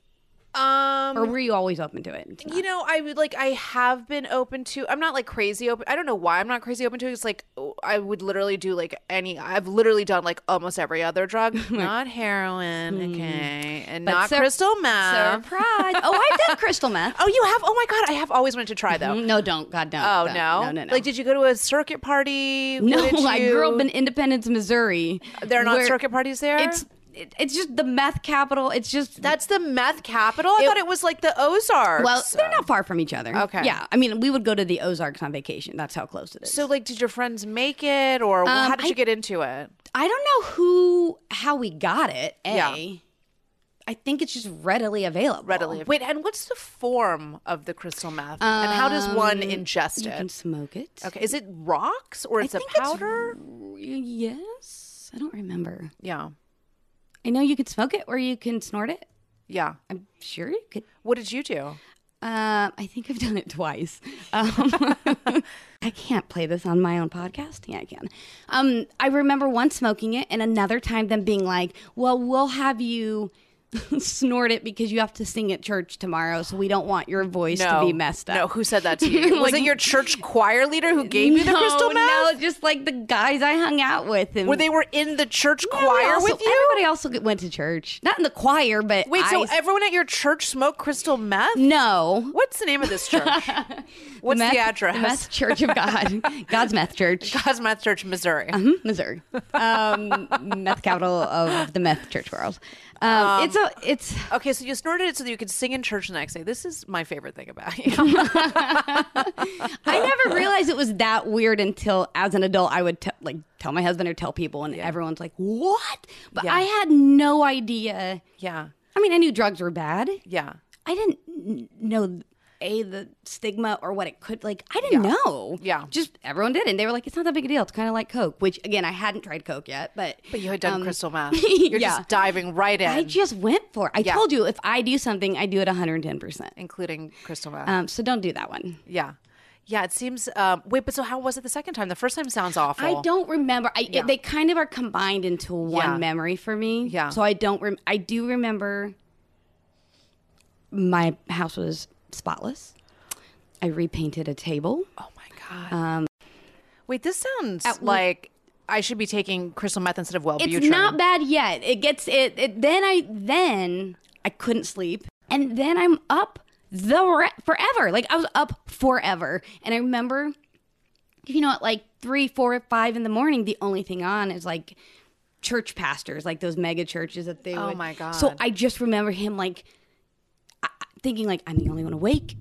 [SPEAKER 2] Um,
[SPEAKER 1] or were you always open to it?
[SPEAKER 2] you know, I would like I have been open to. I'm not like crazy open. I don't know why I'm not crazy open to. it. It's like oh, I would literally do like any. I've literally done like almost every
[SPEAKER 1] (laughs)
[SPEAKER 2] other drug, not heroin, okay, and not
[SPEAKER 1] hmm. sur-
[SPEAKER 2] crystal meth.
[SPEAKER 1] Surprise! oh, I've done crystal meth. (laughs)
[SPEAKER 2] Oh, you have? Oh my god, I have always wanted to try though.
[SPEAKER 1] Oh. No, don't. God, don't.
[SPEAKER 2] Oh
[SPEAKER 1] Don't.
[SPEAKER 2] no.
[SPEAKER 1] No, no, no.
[SPEAKER 2] Like, did you go to a circuit party?
[SPEAKER 1] no,
[SPEAKER 2] What did
[SPEAKER 1] I
[SPEAKER 2] you-
[SPEAKER 1] grew up in Independence, Missouri.
[SPEAKER 2] They're not
[SPEAKER 1] where
[SPEAKER 2] circuit parties there.
[SPEAKER 1] It's it, it's just the meth capital. It's just
[SPEAKER 2] that's the meth capital. I thought it was like the Ozarks.
[SPEAKER 1] Well, they're not far from each other.
[SPEAKER 2] Okay.
[SPEAKER 1] Yeah. I mean, we would go to the Ozarks on vacation. That's how close it is.
[SPEAKER 2] so like, did your friends make it, or how did
[SPEAKER 1] I-
[SPEAKER 2] you get into it?
[SPEAKER 1] I don't know who, how we got it. A. I
[SPEAKER 2] Yeah.
[SPEAKER 1] think it's just readily available.
[SPEAKER 2] Readily. Wait, and what's the form of the crystal meth, and how does one ingest
[SPEAKER 1] You
[SPEAKER 2] it?
[SPEAKER 1] can smoke it.
[SPEAKER 2] okay, is it rocks or it's a
[SPEAKER 1] think it's-
[SPEAKER 2] powder?
[SPEAKER 1] Yes. I don't remember.
[SPEAKER 2] Yeah,
[SPEAKER 1] I know you could smoke it or you can snort it.
[SPEAKER 2] yeah.
[SPEAKER 1] I'm sure you could.
[SPEAKER 2] What did you do?
[SPEAKER 1] Uh, I think I've done it twice. Um, (laughs) I can't play this on my own podcast. Yeah, I can. Um, I remember once smoking it, and another time them being like, "Well, we'll have you (laughs) snort it because you have to sing at church tomorrow, so we don't want your voice to be messed up."
[SPEAKER 2] No, who said that (laughs) to you? Was it your church choir leader who gave (laughs) you
[SPEAKER 1] (laughs)
[SPEAKER 2] the
[SPEAKER 1] No,
[SPEAKER 2] crystal meth?
[SPEAKER 1] No, just like the guys I hung out with, and
[SPEAKER 2] Where they were in the church
[SPEAKER 1] Everybody
[SPEAKER 2] choir
[SPEAKER 1] also-
[SPEAKER 2] with you?
[SPEAKER 1] Everybody also g- went to church, not in the choir, but
[SPEAKER 2] Wait, so
[SPEAKER 1] I-
[SPEAKER 2] everyone at your church smoked crystal meth?
[SPEAKER 1] no.
[SPEAKER 2] What's the name
[SPEAKER 1] (laughs)
[SPEAKER 2] of this church? What's
[SPEAKER 1] Meth-
[SPEAKER 2] the address? (laughs)
[SPEAKER 1] Meth (laughs) Church of God, God's Meth Church.
[SPEAKER 2] God's Meth Church, Missouri.
[SPEAKER 1] Mhm, (laughs) Missouri, um, (laughs) meth capital of the meth church world. Um, it's a, it's
[SPEAKER 2] Okay, so you snorted it so that you could sing in church the next day. This is my favorite thing about you.
[SPEAKER 1] I
[SPEAKER 2] uh,
[SPEAKER 1] never realized it was that weird until as an adult I would t- like tell my husband or tell people, and everyone's like, "What?" But
[SPEAKER 2] Yeah.
[SPEAKER 1] I had no idea.
[SPEAKER 2] yeah,
[SPEAKER 1] I mean, I knew drugs were bad.
[SPEAKER 2] (laughs) yeah.
[SPEAKER 1] I didn't n- know a the stigma or what it could like. I didn't know.
[SPEAKER 2] Yeah.
[SPEAKER 1] just everyone did, it. and they were like, "It's not that big a deal. It's kind of like coke." Which again, I hadn't tried coke yet, but
[SPEAKER 2] But you had done
[SPEAKER 1] um, (laughs)
[SPEAKER 2] crystal meth.
[SPEAKER 1] yeah.
[SPEAKER 2] You're just diving right in,
[SPEAKER 1] I just went for it. I
[SPEAKER 2] Yeah.
[SPEAKER 1] told you if I do something, I do it 110%.
[SPEAKER 2] including crystal meth.
[SPEAKER 1] Um, so don't do that one.
[SPEAKER 2] yeah, yeah. It seems. Um, wait, but so how was it the second time? The first time sounds awful.
[SPEAKER 1] I don't remember. I, they kind of are combined into one
[SPEAKER 2] Yeah.
[SPEAKER 1] memory for me.
[SPEAKER 2] Yeah.
[SPEAKER 1] So I don't rem- I do remember my house was spotless. I repainted a table.
[SPEAKER 2] Oh my god.
[SPEAKER 1] Um,
[SPEAKER 2] wait, this sounds like I should be taking crystal meth instead of Wellbutrin.
[SPEAKER 1] it's not bad yet. It gets it, it then I then I couldn't sleep. And then I'm up the re- forever. Like I was up forever. And I remember you know at like three, four, five in the morning, the only thing on is like church pastors, like those mega churches that they
[SPEAKER 2] Oh
[SPEAKER 1] would-
[SPEAKER 2] my God.
[SPEAKER 1] So I just remember him like I- I- thinking like I'm the only one awake.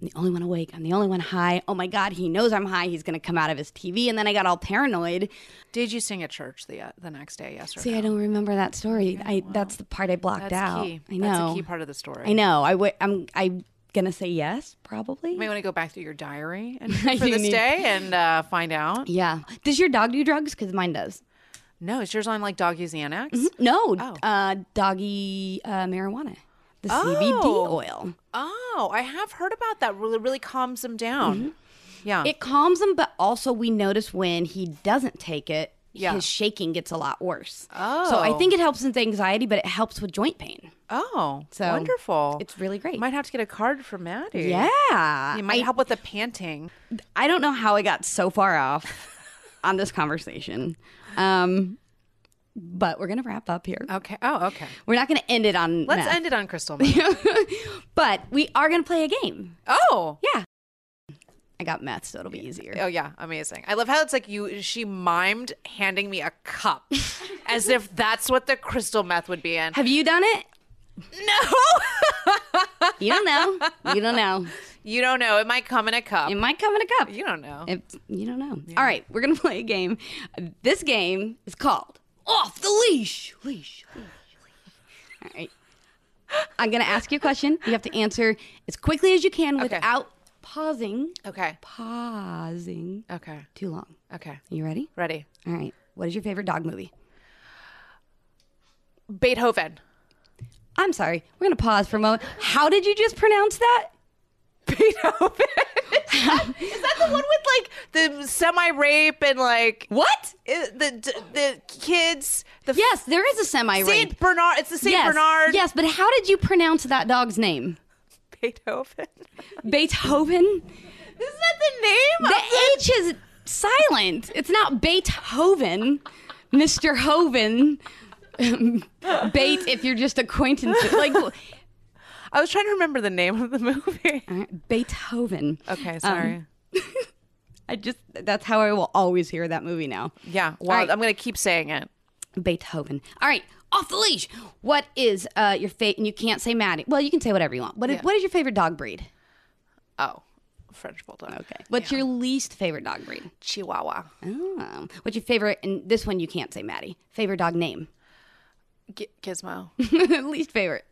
[SPEAKER 1] I'm the only one awake. I'm the only one high. Oh my God, he knows I'm high. He's gonna come out of his TV. And then I got all paranoid.
[SPEAKER 2] Did you sing at church the uh, the next day? Yes or
[SPEAKER 1] See,
[SPEAKER 2] no?
[SPEAKER 1] I don't remember that story. I that's the part I blocked
[SPEAKER 2] That's
[SPEAKER 1] out.
[SPEAKER 2] key.
[SPEAKER 1] I know.
[SPEAKER 2] That's a key part of the story.
[SPEAKER 1] I know. I w- I'm I'm gonna say yes, probably.
[SPEAKER 2] You might want to go back through your diary
[SPEAKER 1] (laughs)
[SPEAKER 2] and
[SPEAKER 1] I
[SPEAKER 2] for
[SPEAKER 1] do
[SPEAKER 2] this
[SPEAKER 1] need-
[SPEAKER 2] day and uh, find out.
[SPEAKER 1] yeah. Does your dog do drugs? Because mine does.
[SPEAKER 2] No, is yours on like doggy's Xanax?
[SPEAKER 1] No.
[SPEAKER 2] Oh.
[SPEAKER 1] Uh, doggy uh, marijuana. The CBD
[SPEAKER 2] Oh.
[SPEAKER 1] oil.
[SPEAKER 2] Oh, I have heard about that. Really, really calms them down. Yeah.
[SPEAKER 1] Mm-hmm. It calms him, but also we notice when he doesn't take it,
[SPEAKER 2] Yeah.
[SPEAKER 1] his shaking gets a lot worse. Oh. So I think it helps with anxiety, but it helps with joint pain.
[SPEAKER 2] oh,
[SPEAKER 1] So
[SPEAKER 2] wonderful.
[SPEAKER 1] It's really great.
[SPEAKER 2] Might have to get a card for Maddie.
[SPEAKER 1] yeah.
[SPEAKER 2] It might help with the panting.
[SPEAKER 1] I don't know how I got so far off
[SPEAKER 2] (laughs)
[SPEAKER 1] on this conversation. Um, but we're going to wrap up here.
[SPEAKER 2] Okay. Oh, okay.
[SPEAKER 1] We're not going to end it on
[SPEAKER 2] Let's
[SPEAKER 1] meth. (laughs)
[SPEAKER 2] end it on crystal meth.
[SPEAKER 1] but we are going to play a game.
[SPEAKER 2] oh,
[SPEAKER 1] Yeah. I got meth, so it'll be easier.
[SPEAKER 2] Oh yeah, amazing. I love how it's like you she mimed handing me a
[SPEAKER 1] (laughs)
[SPEAKER 2] cup as if that's what the crystal meth would be in.
[SPEAKER 1] Have you done it? Oh,
[SPEAKER 2] No.
[SPEAKER 1] You don't know. you don't know.
[SPEAKER 2] you don't know. It might come in a cup.
[SPEAKER 1] It might come in a cup.
[SPEAKER 2] you don't know.
[SPEAKER 1] If you don't know. All right, we're gonna (laughs) play a game. This game is called Off the Leash. Leash. Leash. leash. All right. I'm gonna ask you a question. You have to answer as quickly as you can without pausing.
[SPEAKER 2] okay.
[SPEAKER 1] Pausing
[SPEAKER 2] Okay.
[SPEAKER 1] too long.
[SPEAKER 2] Okay.
[SPEAKER 1] You ready?
[SPEAKER 2] Ready.
[SPEAKER 1] All right. What is your favorite dog movie?
[SPEAKER 2] Beethoven.
[SPEAKER 1] I'm sorry. We're gonna pause for a moment. How did you just pronounce that? (laughs)
[SPEAKER 2] Beethoven. Is that the one with like the semi rape and like
[SPEAKER 1] What?
[SPEAKER 2] it- the the kids the f-
[SPEAKER 1] Yes, there is a semi rape.
[SPEAKER 2] Saint Bernard? It's the Saint
[SPEAKER 1] yes,
[SPEAKER 2] Bernard.
[SPEAKER 1] Yes, but how did you pronounce that dog's name?
[SPEAKER 2] Beethoven.
[SPEAKER 1] Beethoven.
[SPEAKER 2] Is that the name?
[SPEAKER 1] The H is silent. It's not Beethoven, Mr. Hoven. (laughs) Bait, if you're just acquaintances, like
[SPEAKER 2] I was trying to remember the name of the (laughs) movie.
[SPEAKER 1] Beethoven.
[SPEAKER 2] Okay,
[SPEAKER 1] Um,
[SPEAKER 2] sorry.
[SPEAKER 1] I just that's how I will always hear that movie now.
[SPEAKER 2] yeah, well,
[SPEAKER 1] right.
[SPEAKER 2] I'm gonna keep saying it.
[SPEAKER 1] Beethoven. All right, off the leash. What is uh, your favorite? And you can't say Maddie. Well, you can say whatever you want. What is, what is your favorite dog breed?
[SPEAKER 2] Oh, French bulldog.
[SPEAKER 1] Okay. What's your least favorite dog breed?
[SPEAKER 2] Chihuahua.
[SPEAKER 1] Oh. What's your favorite? And this one you can't say Maddie. Favorite dog name? (laughs)
[SPEAKER 2] G- (laughs) Gizmo.
[SPEAKER 1] least favorite.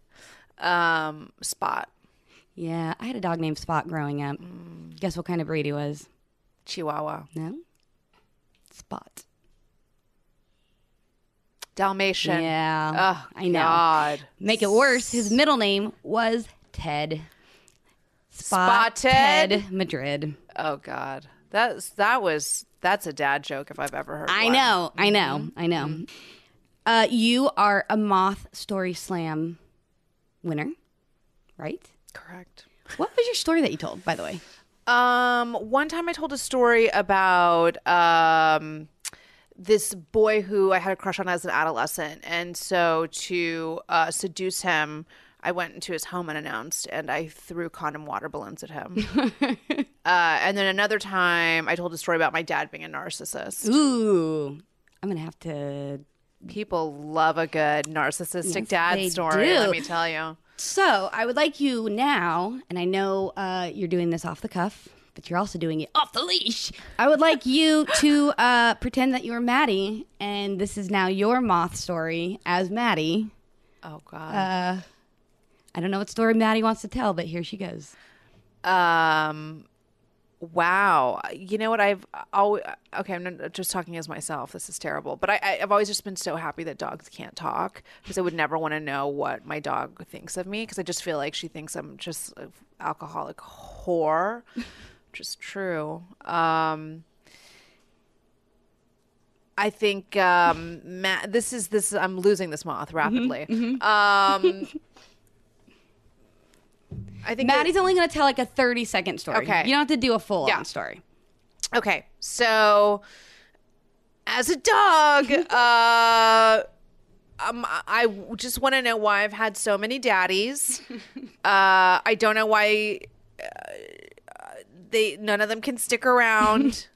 [SPEAKER 2] um, Spot.
[SPEAKER 1] Yeah, I had a dog named Spot growing up.
[SPEAKER 2] Mm.
[SPEAKER 1] Guess what kind of breed he was?
[SPEAKER 2] Chihuahua.
[SPEAKER 1] No? Spot.
[SPEAKER 2] Dalmatian.
[SPEAKER 1] Yeah.
[SPEAKER 2] Oh,
[SPEAKER 1] I know.
[SPEAKER 2] God.
[SPEAKER 1] Make it worse, his middle name was Ted. Spot
[SPEAKER 2] Spotted.
[SPEAKER 1] Ted Madrid.
[SPEAKER 2] Oh God. That's that was that's a dad joke if I've ever heard.
[SPEAKER 1] I
[SPEAKER 2] one.
[SPEAKER 1] know, I know,
[SPEAKER 2] Mm-hmm.
[SPEAKER 1] I know. Uh, you are a Moth Story Slam winner, right?
[SPEAKER 2] Correct.
[SPEAKER 1] What was your story that you told, by the way?
[SPEAKER 2] Um, one time I told a story about um this boy who I had a crush on as an adolescent, and so to uh, seduce him, I went into his home unannounced and I threw condom water balloons
[SPEAKER 1] (laughs)
[SPEAKER 2] at him. uh, and then another time, I told a story about my dad being a narcissist.
[SPEAKER 1] Ooh, I'm gonna have to.
[SPEAKER 2] People love a good narcissistic
[SPEAKER 1] they
[SPEAKER 2] dad story.
[SPEAKER 1] do.
[SPEAKER 2] Let me tell you.
[SPEAKER 1] So I would like you now, and I know uh, you're doing this off the cuff, but you're also doing it off the leash. I would like you to uh, pretend that you were Maddie, and this is now your moth story as Maddie.
[SPEAKER 2] Oh God.
[SPEAKER 1] I don't know what story Maddie wants to tell, but here she goes.
[SPEAKER 2] Um, wow. You know what? I've always okay. I'm not- just talking as myself. This is terrible. But I, I- I've always just been so happy that dogs can't talk because I would never want to know what my dog thinks of me because I just feel like she thinks I'm just an alcoholic whore, which is true. Um. I think um, ma- this is this. I'm losing this moth rapidly. Um, I think that-
[SPEAKER 1] Maddie's only going to tell like a 30 second story.
[SPEAKER 2] Okay.
[SPEAKER 1] You don't have to do a full
[SPEAKER 2] Yeah.
[SPEAKER 1] on story.
[SPEAKER 2] Okay, so as a dog, uh, um, I I just want to know why I've had so many daddies. Uh, I don't know why uh, they none of them can stick around.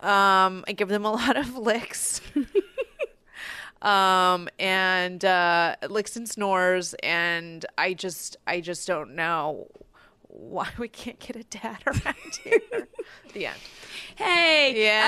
[SPEAKER 2] um, I give them a lot of licks. Um and uh licks and snores and I just I just don't know why we can't get a dad around here. the end.
[SPEAKER 1] Hey,
[SPEAKER 2] Yeah.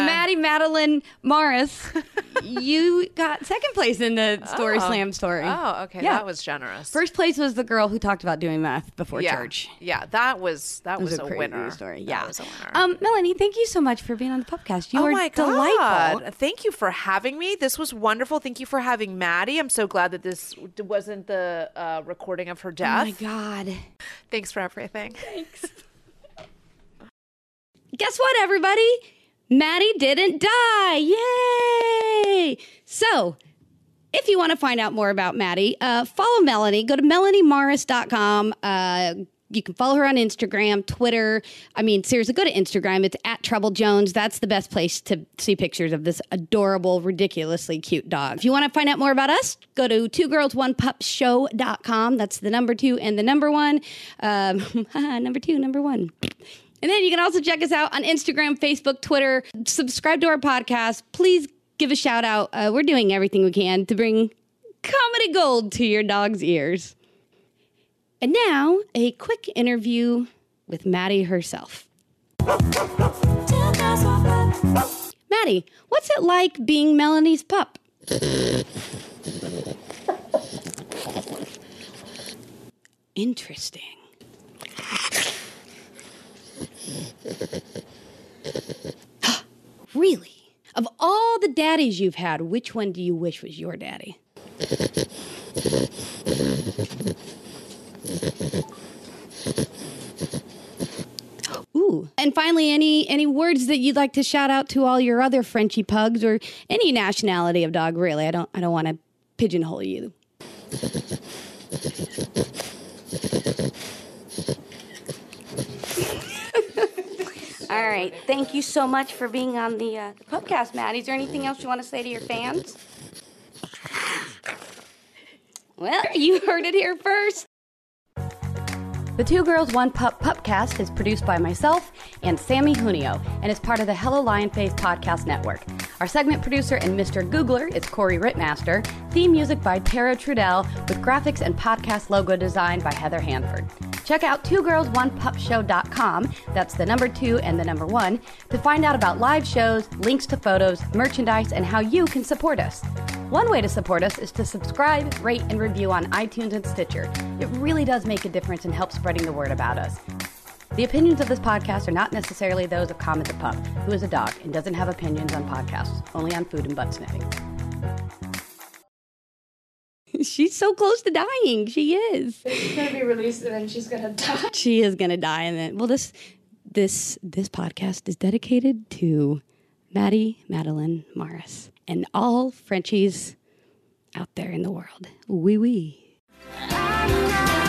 [SPEAKER 1] uh, Maddie, Maddie Madeline Morris,
[SPEAKER 2] (laughs)
[SPEAKER 1] you got second place in the story slam story.
[SPEAKER 2] Oh, okay.
[SPEAKER 1] Mm-hmm. Yeah.
[SPEAKER 2] That was generous.
[SPEAKER 1] First place was the girl who talked about doing math before
[SPEAKER 2] yeah.
[SPEAKER 1] church.
[SPEAKER 2] Yeah, that was that was,
[SPEAKER 1] It was
[SPEAKER 2] a,
[SPEAKER 1] a, crazy
[SPEAKER 2] winner.
[SPEAKER 1] story.
[SPEAKER 2] That
[SPEAKER 1] Yeah,
[SPEAKER 2] was a winner.
[SPEAKER 1] Um, Melanie, thank you so much for being on the podcast. You
[SPEAKER 2] oh
[SPEAKER 1] are
[SPEAKER 2] my
[SPEAKER 1] delightful.
[SPEAKER 2] god! Thank you for having me. This was wonderful. Thank you for having Maddie. I'm so glad that this d- wasn't the uh, recording of her
[SPEAKER 1] Oh
[SPEAKER 2] death.
[SPEAKER 1] my god.
[SPEAKER 2] Thanks for everything.
[SPEAKER 1] guess what, everybody? Maddie didn't die. Yay! So, if you want to find out more about Maddie, uh, follow Melanie. Go to melaniemorris.com. Uh, you can follow her on Instagram, Twitter. I mean, seriously, go to Instagram. It's at Trouble Jones. That's the best place to see pictures of this adorable, ridiculously cute dog. If you want to find out more about us, go to two girls, one pup (laughs) show.com. That's the number two and the number one. Um, number two, number one. And then you can also check us out on Instagram, Facebook, Twitter. Subscribe to our podcast. Please give a shout out. Uh, we're doing everything we can to bring comedy gold to your dog's ears. And now, a quick interview with Maddie herself. Maddie, what's it like being Melanie's pup? Interesting. (gasps) really? Of all the daddies you've had, which one do you wish was your daddy? Ooh. And finally, any any words that you'd like to shout out to all your other Frenchy pugs or any nationality of dog, really. I don't I don't want to pigeonhole you.
[SPEAKER 4] All right. Thank you so much for being on the, uh, the podcast, Matt. Is there anything else you want to say to your fans?
[SPEAKER 1] Well, you heard it here first. The Two Girls One Pup Pupcast is produced by myself and Sammy Junio and is part of the Hello Lion Face podcast network. Our segment producer and Mr. Googler is Corey Rittmaster, theme music by Tara Trudell, with graphics and podcast logo design by Heather Hanford. Check out Two Girls One Pup Show.com, that's the number two and the number one, to find out about live shows, links to photos, merchandise, and how you can support us. One way to support us is to subscribe, rate, and review on iTunes and Stitcher. It really does make a difference and help spreading the word about us. The opinions of this podcast are not necessarily those of Comet the Pup, who is a dog and doesn't have opinions on podcasts, only on food and butt sniffing. (laughs) She's so close to dying. She is.
[SPEAKER 5] She's gonna be released and then she's gonna die.
[SPEAKER 1] (laughs) She is gonna die and then well this this this podcast is dedicated to Maddie Madeline Morris and all Frenchies out there in the world. Wee wee.
[SPEAKER 6] I'm not